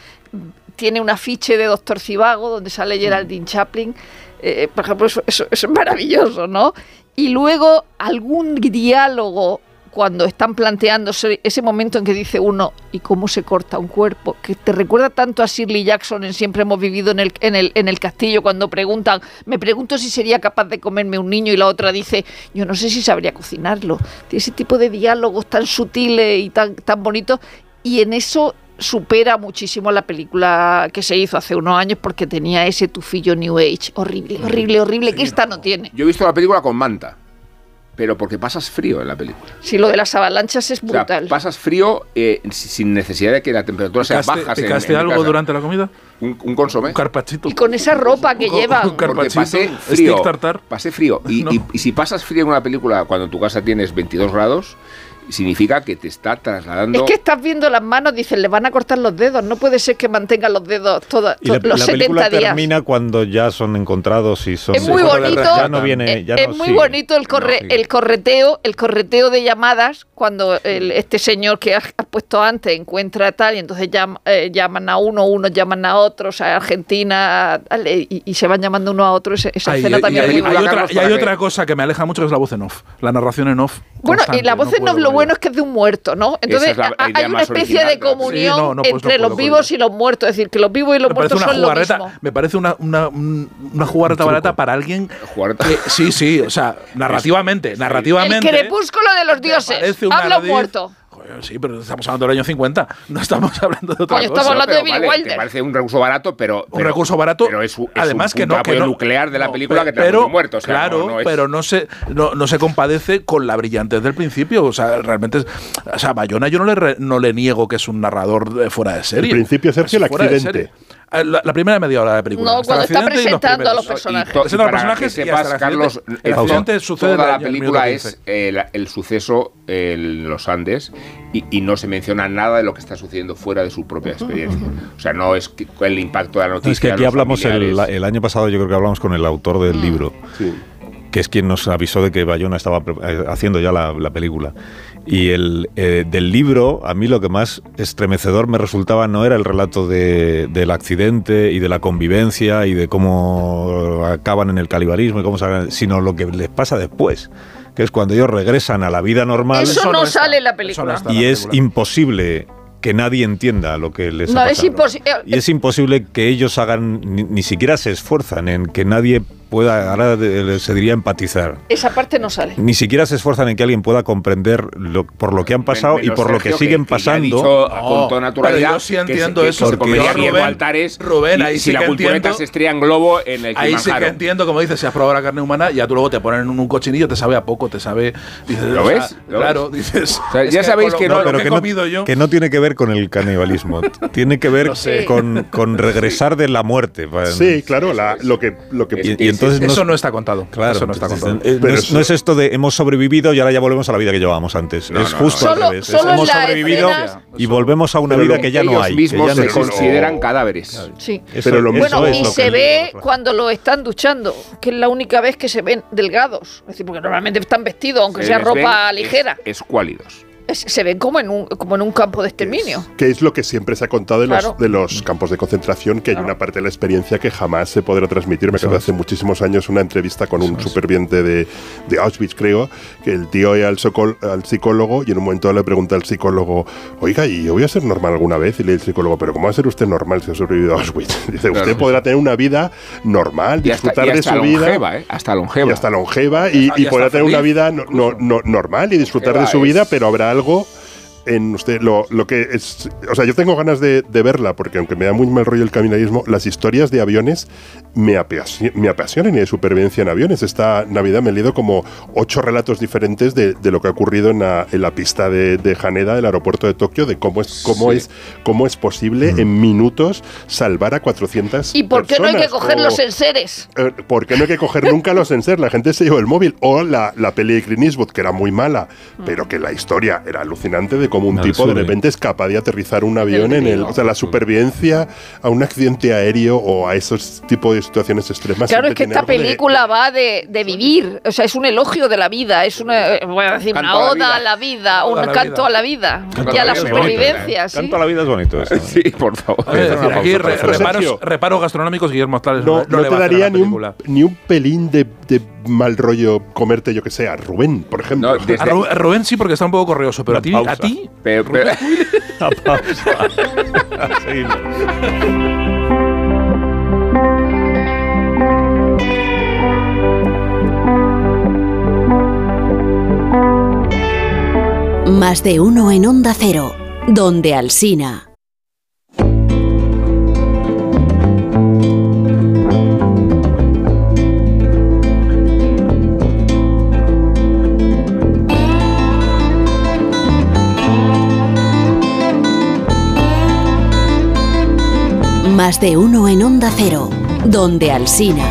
[SPEAKER 6] tiene un afiche de Doctor Cibago donde sale Geraldine Chaplin. Eh, por ejemplo, eso, eso- eso es maravilloso, ¿no? Y luego algún diálogo cuando están planteándose ese momento en que dice uno, ¿y cómo se corta un cuerpo? Que te recuerda tanto a Shirley Jackson en Siempre hemos vivido en el, en el, en el castillo, cuando preguntan, me pregunto si sería capaz de comerme un niño y la otra dice, yo no sé si sabría cocinarlo. Tiene ese tipo de diálogos tan sutiles y tan, tan bonitos y en eso supera muchísimo la película que se hizo hace unos años porque tenía ese tufillo New Age horrible, horrible, horrible, que esta no tiene.
[SPEAKER 7] Yo he visto la película con manta, pero porque pasas frío en la película.
[SPEAKER 6] Si lo de las avalanchas es
[SPEAKER 7] O sea,
[SPEAKER 6] brutal.
[SPEAKER 7] pasas frío eh, si- sin necesidad de que la temperatura sea
[SPEAKER 4] ¿Picaste-
[SPEAKER 7] baja.
[SPEAKER 4] ¿Picaste algo durante la comida?
[SPEAKER 7] un, un consomé?
[SPEAKER 4] ¿Un carpachito?
[SPEAKER 6] y con esa ropa que
[SPEAKER 4] Un co-
[SPEAKER 6] lleva.
[SPEAKER 4] un car-
[SPEAKER 7] Porque
[SPEAKER 4] carpachito,
[SPEAKER 7] pasé
[SPEAKER 4] steak
[SPEAKER 7] frío.
[SPEAKER 4] tartar.
[SPEAKER 7] Pasé frío. Y,
[SPEAKER 4] No.
[SPEAKER 7] y- y si pasas frío en una película cuando en tu casa tienes 22 grados, significa que te está trasladando.
[SPEAKER 6] Es que estás viendo las manos, dicen, le van a cortar los dedos. No puede ser que mantengan los dedos todos
[SPEAKER 3] Y la,
[SPEAKER 6] los
[SPEAKER 3] la
[SPEAKER 6] 70
[SPEAKER 3] película
[SPEAKER 6] días.
[SPEAKER 3] termina cuando ya son encontrados y son.
[SPEAKER 6] Es muy
[SPEAKER 4] cuando la
[SPEAKER 6] bonito.
[SPEAKER 4] re-
[SPEAKER 3] Ya no viene.
[SPEAKER 6] es-
[SPEAKER 3] ya
[SPEAKER 6] es
[SPEAKER 3] no
[SPEAKER 6] muy
[SPEAKER 3] sigue.
[SPEAKER 6] bonito el, corre-
[SPEAKER 3] No sigue.
[SPEAKER 6] el correteo, el correteo de llamadas cuando el- este señor que has, has puesto antes encuentra tal y entonces llam- eh, llaman a uno, unos llaman a otros, a Argentina tal, y, y se van llamando uno a otro. Ese- Esa
[SPEAKER 4] Ay,
[SPEAKER 6] escena
[SPEAKER 4] y- y
[SPEAKER 6] también.
[SPEAKER 4] hay,
[SPEAKER 6] es muy
[SPEAKER 4] hay
[SPEAKER 7] Carlos,
[SPEAKER 4] otra, y hay
[SPEAKER 7] para
[SPEAKER 4] otra
[SPEAKER 7] que-
[SPEAKER 4] cosa que me aleja mucho que es la voz en off, la narración en off.
[SPEAKER 6] Bueno, y
[SPEAKER 4] constante,
[SPEAKER 6] la voz
[SPEAKER 4] no
[SPEAKER 6] en off
[SPEAKER 4] puedo
[SPEAKER 6] lo
[SPEAKER 4] con
[SPEAKER 6] bueno
[SPEAKER 4] ella.
[SPEAKER 6] es que es de un muerto, ¿no? Entonces
[SPEAKER 7] es la- la
[SPEAKER 6] a-
[SPEAKER 7] idea
[SPEAKER 6] hay una
[SPEAKER 7] más
[SPEAKER 6] especie
[SPEAKER 7] original
[SPEAKER 6] de
[SPEAKER 7] de la- Sí,
[SPEAKER 6] comunión
[SPEAKER 4] no, no, pues no
[SPEAKER 6] entre
[SPEAKER 4] puedo
[SPEAKER 6] los
[SPEAKER 4] con
[SPEAKER 6] vivos
[SPEAKER 4] ella.
[SPEAKER 6] y los muertos. Es decir, que los vivos y los
[SPEAKER 4] Me parece
[SPEAKER 6] muertos
[SPEAKER 4] una
[SPEAKER 6] son lo
[SPEAKER 4] jugarreta,
[SPEAKER 6] mismo.
[SPEAKER 4] me parece una, una, un- una jugarreta barata para alguien.
[SPEAKER 7] Jugarreta.
[SPEAKER 4] que- Eh, sí, sí, o sea, narrativamente,
[SPEAKER 6] El
[SPEAKER 4] narrativamente.
[SPEAKER 6] crepúsculo de los dioses.
[SPEAKER 4] ¿eh? parece un
[SPEAKER 6] Habla un
[SPEAKER 4] ardiz-
[SPEAKER 6] muerto.
[SPEAKER 4] Joder, sí, pero estamos hablando del año 50, no estamos hablando de otra
[SPEAKER 6] Coño,
[SPEAKER 4] cosa.
[SPEAKER 6] estamos hablando de
[SPEAKER 7] pero
[SPEAKER 6] Billy
[SPEAKER 7] vale,
[SPEAKER 6] Wilder.
[SPEAKER 7] te parece un recurso barato, pero.
[SPEAKER 4] un
[SPEAKER 7] pero-
[SPEAKER 4] recurso barato.
[SPEAKER 7] Pero es, un- es
[SPEAKER 4] además
[SPEAKER 7] un
[SPEAKER 4] que no,
[SPEAKER 7] puntapié
[SPEAKER 4] que no-
[SPEAKER 7] nuclear de la
[SPEAKER 4] no,
[SPEAKER 7] película que te ha
[SPEAKER 4] pero,
[SPEAKER 7] muerto. o sea,
[SPEAKER 4] claro,
[SPEAKER 7] no- no es-
[SPEAKER 4] pero no se, no, no se compadece con la brillantez del principio. O sea, realmente, es- o sea, Bayona yo no le, re- no le niego que es un narrador de fuera de serie.
[SPEAKER 5] El principio, Sergio,
[SPEAKER 4] Es
[SPEAKER 5] el
[SPEAKER 4] fuera de
[SPEAKER 5] accidente.
[SPEAKER 4] serie. Ah, La, la primera media hora de la película. Hasta
[SPEAKER 6] No,
[SPEAKER 4] el
[SPEAKER 6] cuando está
[SPEAKER 4] accidente y los
[SPEAKER 6] presentando a los
[SPEAKER 4] primeros.
[SPEAKER 6] personajes.
[SPEAKER 7] to-
[SPEAKER 4] Presenta los
[SPEAKER 7] para
[SPEAKER 4] personajes
[SPEAKER 7] que
[SPEAKER 4] y hasta
[SPEAKER 7] sepas,
[SPEAKER 4] el accidente.
[SPEAKER 7] Carlos,
[SPEAKER 4] El accidente
[SPEAKER 7] to-
[SPEAKER 4] sucede en
[SPEAKER 7] toda
[SPEAKER 4] el
[SPEAKER 7] la
[SPEAKER 4] año
[SPEAKER 7] película
[SPEAKER 4] 1915.
[SPEAKER 7] es eh, la- el, suceso en los Andes y, y no se menciona nada de lo que está sucediendo fuera de su propia experiencia. O sea, no es que- el impacto de la
[SPEAKER 3] No,
[SPEAKER 7] noticia.
[SPEAKER 3] es que aquí
[SPEAKER 7] los
[SPEAKER 3] hablamos el,
[SPEAKER 7] familiares.
[SPEAKER 3] el año pasado, yo creo que hablamos con el autor del libro, que es quien nos avisó de que Bayona estaba pre- eh, haciendo ya la, la película. Y el eh, del libro, a mí lo que más estremecedor me resultaba no era el relato de- del accidente y de la convivencia y de cómo acaban en el calibarismo, y cómo se hagan- sino lo que les pasa después, que es cuando ellos regresan a la vida normal
[SPEAKER 6] Eso no sale en la película.
[SPEAKER 4] está en
[SPEAKER 3] y
[SPEAKER 4] la
[SPEAKER 3] es
[SPEAKER 4] película.
[SPEAKER 3] imposible que nadie entienda lo que les
[SPEAKER 6] No,
[SPEAKER 3] ha
[SPEAKER 6] es
[SPEAKER 3] pasado.
[SPEAKER 6] imposi- eh,
[SPEAKER 3] y es imposible que ellos hagan, ni, ni siquiera se esfuerzan en que nadie pueda, ahora de- se diría empatizar,
[SPEAKER 6] Esa parte no sale.
[SPEAKER 3] ni siquiera se esfuerzan en que alguien pueda comprender lo- por lo que han pasado
[SPEAKER 7] Men-
[SPEAKER 3] y por lo
[SPEAKER 7] menos
[SPEAKER 3] que
[SPEAKER 7] Sergio,
[SPEAKER 3] siguen
[SPEAKER 7] que ya ha
[SPEAKER 3] pasando.
[SPEAKER 7] dicho con
[SPEAKER 4] No,
[SPEAKER 7] toda naturalidad.
[SPEAKER 4] Oh, pero yo sí
[SPEAKER 7] que se-
[SPEAKER 4] entiendo
[SPEAKER 7] que- que
[SPEAKER 4] eso,
[SPEAKER 7] se
[SPEAKER 4] porque
[SPEAKER 7] comería
[SPEAKER 4] yo,
[SPEAKER 7] Diego
[SPEAKER 4] Rubén,
[SPEAKER 7] Altares.
[SPEAKER 4] Rubén,
[SPEAKER 7] y-
[SPEAKER 4] ahí
[SPEAKER 7] y
[SPEAKER 4] sí
[SPEAKER 7] si
[SPEAKER 4] que
[SPEAKER 7] la cultureta
[SPEAKER 4] entiendo.
[SPEAKER 7] se estrella en globo en el
[SPEAKER 4] Ahí sí que
[SPEAKER 7] Kilimanjaro.
[SPEAKER 4] entiendo, como dices, si has probado la carne humana, ya tú luego te ponen un cochinillo, te sabe a poco, te sabe. dices,
[SPEAKER 7] ¿Lo
[SPEAKER 4] o sea,
[SPEAKER 7] ves? ¿Lo
[SPEAKER 4] claro, dices.
[SPEAKER 7] sea,
[SPEAKER 4] es
[SPEAKER 7] ya sabéis
[SPEAKER 4] con
[SPEAKER 7] que
[SPEAKER 4] lo-
[SPEAKER 7] no,
[SPEAKER 4] con
[SPEAKER 3] pero
[SPEAKER 4] lo que he comido yo.
[SPEAKER 3] que no tiene que ver con el canibalismo, tiene que ver
[SPEAKER 4] Lo sé.
[SPEAKER 3] con, con regresar de la muerte. pues.
[SPEAKER 5] Sí, claro, la- lo que. Lo que
[SPEAKER 3] Y, y entonces
[SPEAKER 4] eso
[SPEAKER 3] no,
[SPEAKER 4] no está contado.
[SPEAKER 3] Claro,
[SPEAKER 4] eso no está
[SPEAKER 3] entonces,
[SPEAKER 4] contado.
[SPEAKER 3] eh, no,
[SPEAKER 5] Pero
[SPEAKER 3] es,
[SPEAKER 5] eso-
[SPEAKER 3] no es esto de hemos sobrevivido y ahora ya volvemos a la vida que llevábamos antes.
[SPEAKER 7] No,
[SPEAKER 3] es
[SPEAKER 7] no,
[SPEAKER 3] justo
[SPEAKER 6] no,
[SPEAKER 3] al
[SPEAKER 6] Solo-
[SPEAKER 3] revés.
[SPEAKER 6] solo
[SPEAKER 3] Es, hemos
[SPEAKER 6] en las
[SPEAKER 3] sobrevivido
[SPEAKER 6] escenas-
[SPEAKER 3] y volvemos a una
[SPEAKER 5] Pero
[SPEAKER 3] vida
[SPEAKER 5] lo-
[SPEAKER 3] que ya no
[SPEAKER 7] Ellos
[SPEAKER 3] hay. que
[SPEAKER 7] mismos
[SPEAKER 3] ya no
[SPEAKER 7] se
[SPEAKER 3] existe.
[SPEAKER 7] consideran cadáveres.
[SPEAKER 6] Sí.
[SPEAKER 3] Eso-
[SPEAKER 5] Pero lo
[SPEAKER 3] eso
[SPEAKER 5] mismo-
[SPEAKER 6] Bueno,
[SPEAKER 3] es
[SPEAKER 6] y
[SPEAKER 3] lo
[SPEAKER 6] se
[SPEAKER 3] que-
[SPEAKER 6] ve cuando lo están duchando, que es la única vez que se ven delgados. Es decir, porque normalmente están vestidos, aunque
[SPEAKER 7] Se
[SPEAKER 6] sea
[SPEAKER 7] les
[SPEAKER 6] ropa
[SPEAKER 7] ven
[SPEAKER 6] ligera.
[SPEAKER 7] es- Escuálidos.
[SPEAKER 6] Es- se ven como en un, como en un campo de exterminio.
[SPEAKER 5] Que es lo que siempre se ha contado de,
[SPEAKER 6] Claro.
[SPEAKER 5] los, de los campos de concentración, que hay una parte de la experiencia que jamás se podrá transmitir. Me acuerdo hace muchísimos años una entrevista con un superviviente de, de Auschwitz, creo, que el tío iba al, socol- al psicólogo y en un momento le pregunta al psicólogo, oiga, ¿y yo voy a ser normal alguna vez? Y le dice el psicólogo, ¿pero cómo va a ser usted normal si ha sobrevivido a Auschwitz? Dice,
[SPEAKER 7] Claro.
[SPEAKER 5] usted podrá tener una vida normal,
[SPEAKER 7] Y hasta,
[SPEAKER 5] disfrutar
[SPEAKER 7] y hasta
[SPEAKER 5] de su vida.
[SPEAKER 7] longeva, ¿eh? Hasta longeva.
[SPEAKER 5] Y hasta longeva y,
[SPEAKER 4] hasta- y
[SPEAKER 5] y podrá
[SPEAKER 4] hasta
[SPEAKER 5] tener una
[SPEAKER 4] feliz,
[SPEAKER 5] vida no- no- no- normal y disfrutar de
[SPEAKER 7] Longeva
[SPEAKER 5] su vida,
[SPEAKER 7] es-
[SPEAKER 5] pero habrá algo en usted lo, lo que es o sea yo tengo ganas de, de verla porque aunque me da muy mal rollo el caminarismo las historias de aviones me, apasio- me apasionan y de supervivencia en aviones esta navidad me he leído como ocho relatos diferentes de, de lo que ha ocurrido en la, en la pista de, de Haneda del aeropuerto de Tokio de cómo es cómo
[SPEAKER 7] Sí. Mm.
[SPEAKER 5] es cómo es posible en minutos salvar a 400
[SPEAKER 6] ¿Y por qué no hay que
[SPEAKER 5] personas,
[SPEAKER 6] coger
[SPEAKER 5] o-
[SPEAKER 6] los enseres?
[SPEAKER 5] eh, ¿Por qué no hay que coger nunca los enser? La gente se llevó el móvil. O la, la peli de Clint Eastwood, que era muy mala,
[SPEAKER 6] Mm.
[SPEAKER 5] pero que la historia era alucinante de cómo un
[SPEAKER 3] No,
[SPEAKER 5] tipo
[SPEAKER 3] sube.
[SPEAKER 5] de repente es capaz de aterrizar un avión
[SPEAKER 6] El
[SPEAKER 5] en el.
[SPEAKER 6] enemigo.
[SPEAKER 5] O sea, la supervivencia a un accidente aéreo o a esos tipos de situaciones extremas.
[SPEAKER 6] Claro,
[SPEAKER 5] siempre
[SPEAKER 6] es que
[SPEAKER 5] tiene
[SPEAKER 6] esta
[SPEAKER 5] algo de-
[SPEAKER 6] película va de, de vivir. O sea, es un elogio de la vida. Es una, eh, voy a decir, una
[SPEAKER 7] Canto a la
[SPEAKER 6] oda a
[SPEAKER 7] vida.
[SPEAKER 6] la vida, un
[SPEAKER 4] Oda a la
[SPEAKER 6] canto
[SPEAKER 4] vida.
[SPEAKER 6] a la vida
[SPEAKER 7] Canto
[SPEAKER 6] y
[SPEAKER 7] a
[SPEAKER 6] a la
[SPEAKER 7] la vida es bonito,
[SPEAKER 4] ¿eh?
[SPEAKER 6] supervivencia. sí.
[SPEAKER 3] Tanto a la vida es bonito eso. ¿eh?
[SPEAKER 7] Sí, por favor.
[SPEAKER 4] A ver, es decir, aquí re-
[SPEAKER 5] Sergio.
[SPEAKER 4] reparos, reparos gastronómicos, Guillermo Tales
[SPEAKER 5] No,
[SPEAKER 4] no, no
[SPEAKER 5] no
[SPEAKER 4] le
[SPEAKER 5] te
[SPEAKER 4] va a hacer a
[SPEAKER 5] daría
[SPEAKER 4] la
[SPEAKER 5] ni un,
[SPEAKER 4] película.
[SPEAKER 5] ni un pelín de, de mal rollo comerte, yo que sé, a Rubén, por ejemplo.
[SPEAKER 7] No, desde-
[SPEAKER 4] A Ru- a Rubén sí, porque está un poco correoso, pero a ti,
[SPEAKER 3] pausa.
[SPEAKER 4] a ti
[SPEAKER 7] Pero- pero-
[SPEAKER 3] La pausa. Seguimos.
[SPEAKER 1] Más de uno en Onda Cero, donde Alsina. Más de uno en Onda Cero, donde Alsina.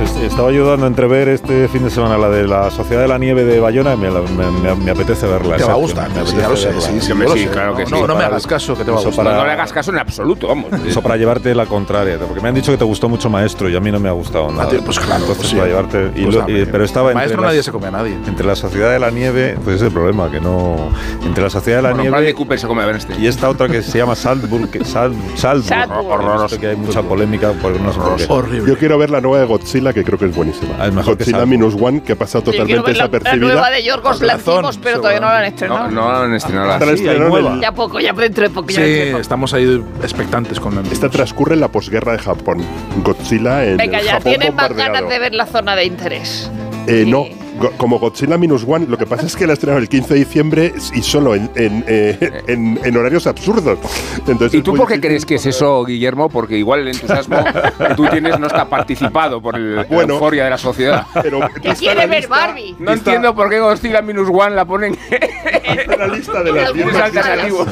[SPEAKER 3] Entonces, estaba ayudando a entrever este fin de semana la de la Sociedad de la Nieve de Bayona y me, la- me- me- me apetece verla.
[SPEAKER 4] Te va a
[SPEAKER 3] Sergio,
[SPEAKER 4] gustar,
[SPEAKER 3] me
[SPEAKER 4] sí,
[SPEAKER 3] apetece
[SPEAKER 4] ya lo sé,
[SPEAKER 3] verla.
[SPEAKER 4] sí, sí,
[SPEAKER 7] Hombre,
[SPEAKER 4] yo lo
[SPEAKER 7] sí,
[SPEAKER 4] sé.
[SPEAKER 7] claro que
[SPEAKER 4] No,
[SPEAKER 7] sí.
[SPEAKER 4] No, no me
[SPEAKER 7] Para-
[SPEAKER 4] hagas caso, que te va a
[SPEAKER 3] Eso
[SPEAKER 4] gustar.
[SPEAKER 3] para-
[SPEAKER 7] No le hagas caso en absoluto, vamos.
[SPEAKER 3] Eso para llevarte la contraria, porque me han dicho que te gustó mucho Maestro y a mí no me ha gustado nada.
[SPEAKER 4] Ah, tío, pues claro,
[SPEAKER 3] Entonces,
[SPEAKER 4] pues sí.
[SPEAKER 3] para llevarte. y
[SPEAKER 4] Pues
[SPEAKER 3] lo-
[SPEAKER 4] nada,
[SPEAKER 3] y-
[SPEAKER 4] bien.
[SPEAKER 3] pero estaba entre,
[SPEAKER 4] Maestro
[SPEAKER 3] las-
[SPEAKER 4] nadie se come a nadie.
[SPEAKER 3] entre la Sociedad de la Nieve, pues ese es el problema, que no. Entre la Sociedad de la
[SPEAKER 7] Bueno, Bradley
[SPEAKER 3] Nieve
[SPEAKER 7] Cooper se come a Bernstein.
[SPEAKER 3] y esta otra que se llama Salzburg, que, Sal- Salzburg,
[SPEAKER 6] Salzburg.
[SPEAKER 3] que he visto que hay mucha polémica por no sé por qué.
[SPEAKER 4] Horrible.
[SPEAKER 5] Yo quiero ver la nueva de Godzilla, que creo que es buenísima.
[SPEAKER 3] Ah, es mejor que
[SPEAKER 5] Godzilla
[SPEAKER 3] Salvo.
[SPEAKER 5] Minus One, que ha pasado
[SPEAKER 6] Yo quiero
[SPEAKER 5] totalmente
[SPEAKER 6] ver la, la nueva
[SPEAKER 5] desapercibida.
[SPEAKER 6] de Yorgos
[SPEAKER 4] Con razón,
[SPEAKER 6] Lanthimos, pero todavía no la han estrenado.
[SPEAKER 7] No, este no han estrenado
[SPEAKER 5] Ahora
[SPEAKER 7] la
[SPEAKER 5] la
[SPEAKER 3] sí, hay
[SPEAKER 5] estrenaron en
[SPEAKER 3] nueva.
[SPEAKER 5] el-
[SPEAKER 6] Ya poco, ya dentro de poco. ya
[SPEAKER 4] Sí,
[SPEAKER 6] dentro de poco.
[SPEAKER 4] estamos ahí expectantes con el-
[SPEAKER 5] Esta transcurre en la posguerra de Japón. Godzilla en
[SPEAKER 6] Venga,
[SPEAKER 5] el
[SPEAKER 6] ya
[SPEAKER 5] Japón
[SPEAKER 6] tienen más
[SPEAKER 5] bombardeado.
[SPEAKER 6] ganas de ver la zona de interés.
[SPEAKER 5] Eh,
[SPEAKER 6] Sí.
[SPEAKER 5] No, go- como Godzilla Minus One, lo que pasa es que la estrenaron el 15 de diciembre y solo en, en, eh, en- en horarios absurdos. Entonces
[SPEAKER 7] ¿Y
[SPEAKER 5] es
[SPEAKER 7] tú
[SPEAKER 5] muy
[SPEAKER 7] por qué
[SPEAKER 5] difícil
[SPEAKER 7] crees que es
[SPEAKER 5] poder-
[SPEAKER 7] eso, Guillermo? Porque igual el entusiasmo que tú tienes no está participado por el- la
[SPEAKER 5] Bueno.
[SPEAKER 7] euforia de la sociedad.
[SPEAKER 5] Pero
[SPEAKER 6] Que
[SPEAKER 5] está
[SPEAKER 6] quiere
[SPEAKER 5] la
[SPEAKER 6] ver
[SPEAKER 5] lista-
[SPEAKER 6] Barbie.
[SPEAKER 5] Está-
[SPEAKER 7] No entiendo por qué Godzilla Minus One la ponen
[SPEAKER 5] Está la lista de
[SPEAKER 6] Porque
[SPEAKER 5] las
[SPEAKER 6] algunos
[SPEAKER 5] diez
[SPEAKER 7] en
[SPEAKER 5] más
[SPEAKER 7] alternativo.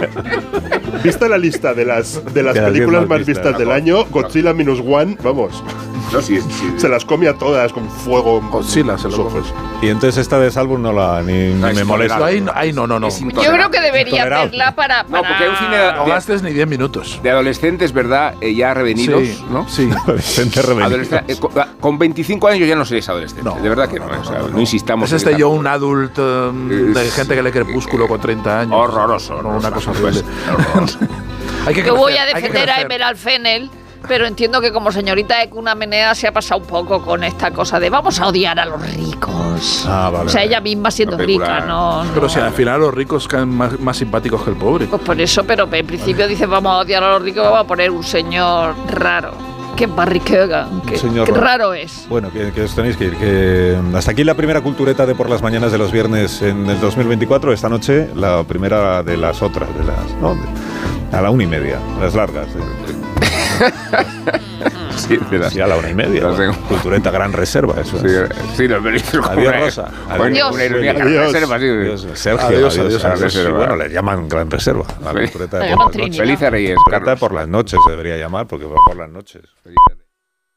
[SPEAKER 5] vistas- Vista la lista de las, de las
[SPEAKER 3] De las diez
[SPEAKER 5] películas
[SPEAKER 3] más
[SPEAKER 5] más
[SPEAKER 3] vistas.
[SPEAKER 5] vistas del año, Godzilla Minus One, vamos,
[SPEAKER 7] No, sí, sí.
[SPEAKER 5] se las come a todas con fuego.
[SPEAKER 4] Godzilla, se
[SPEAKER 5] en los
[SPEAKER 4] lo come.
[SPEAKER 5] ojos.
[SPEAKER 3] Y entonces esta de Salzburg no la. ni, ni
[SPEAKER 7] No, es
[SPEAKER 3] me molesta.
[SPEAKER 4] Ahí, no- ahí no, no, no.
[SPEAKER 7] Es
[SPEAKER 4] No
[SPEAKER 6] Yo creo que debería
[SPEAKER 3] Intolerable.
[SPEAKER 6] verla para,
[SPEAKER 7] No, porque hay un cine
[SPEAKER 6] para-
[SPEAKER 4] gastes ni 10 minutos.
[SPEAKER 7] De adolescentes, ¿verdad? Eh, ya revenidos,
[SPEAKER 4] Sí,
[SPEAKER 7] ¿no?
[SPEAKER 4] Sí.
[SPEAKER 3] Adolescentes revenidos.
[SPEAKER 7] Adolescente- eh, con, con 25 años ya no seréis adolescentes.
[SPEAKER 4] No,
[SPEAKER 7] de verdad que no.
[SPEAKER 4] no,
[SPEAKER 7] No,
[SPEAKER 4] no,
[SPEAKER 7] o sea,
[SPEAKER 4] no,
[SPEAKER 7] no
[SPEAKER 4] no.
[SPEAKER 7] insistamos.
[SPEAKER 4] Es este
[SPEAKER 7] en
[SPEAKER 4] yo
[SPEAKER 7] esta-
[SPEAKER 4] un adult um, de
[SPEAKER 7] Es-
[SPEAKER 4] gente que le crepúsculo con 30 años.
[SPEAKER 7] Horroroso.
[SPEAKER 4] No,
[SPEAKER 7] horroroso,
[SPEAKER 4] una cosa
[SPEAKER 7] pues,
[SPEAKER 4] horrible.
[SPEAKER 7] horroroso.
[SPEAKER 4] Hay que
[SPEAKER 6] Yo voy
[SPEAKER 4] crecer,
[SPEAKER 6] a
[SPEAKER 4] hay que
[SPEAKER 6] defender a
[SPEAKER 4] crecer.
[SPEAKER 6] Emerald Fennel, pero entiendo que como señorita de Cuna Menea se ha pasado un poco con esta cosa de vamos a odiar a los ricos.
[SPEAKER 3] Ah, vale.
[SPEAKER 6] o sea, ella misma siendo
[SPEAKER 7] La película-
[SPEAKER 6] rica, no, no.
[SPEAKER 4] Pero si al final los ricos caen más, más simpáticos que el pobre.
[SPEAKER 6] Pues por eso, pero en principio dice vamos a odiar a los ricos, vamos a poner un señor raro. Que Barry Keoghan, que,
[SPEAKER 3] señor
[SPEAKER 6] que
[SPEAKER 3] raro.
[SPEAKER 6] raro es.
[SPEAKER 3] Bueno, que, que os tenéis que ir. Que mm, hasta aquí la primera cultureta de por las mañanas de los viernes en el 2024. Esta noche la primera de las otras, de las. ¿no? De- a la una y media, las largas. eh.
[SPEAKER 7] Sí, de las-
[SPEAKER 3] Sí, a la una y media.
[SPEAKER 7] Las
[SPEAKER 3] bueno.
[SPEAKER 7] tengo.
[SPEAKER 3] Cultureta gran reserva, eso.
[SPEAKER 7] Sí, eh,
[SPEAKER 3] es.
[SPEAKER 7] sí, lo me hizo como
[SPEAKER 3] Adiós,
[SPEAKER 7] una-
[SPEAKER 3] Rosa.
[SPEAKER 7] Bueno,
[SPEAKER 3] Adiós.
[SPEAKER 7] una ironía.
[SPEAKER 5] Adiós.
[SPEAKER 7] Gran reserva, sí.
[SPEAKER 3] Adiós, Sergio,
[SPEAKER 4] Adiós,
[SPEAKER 3] adiós,
[SPEAKER 4] adiós,
[SPEAKER 3] adiós.
[SPEAKER 7] adiós.
[SPEAKER 3] Sí, bueno, le llaman gran reserva. a La cultureta de por
[SPEAKER 6] Le llaman
[SPEAKER 3] las noches.
[SPEAKER 6] Trinidad.
[SPEAKER 7] Feliz a Reyes,
[SPEAKER 3] Cultureta
[SPEAKER 7] Carlos.
[SPEAKER 3] por las noches se debería llamar, porque va por las noches.
[SPEAKER 7] Feliz a Reyes.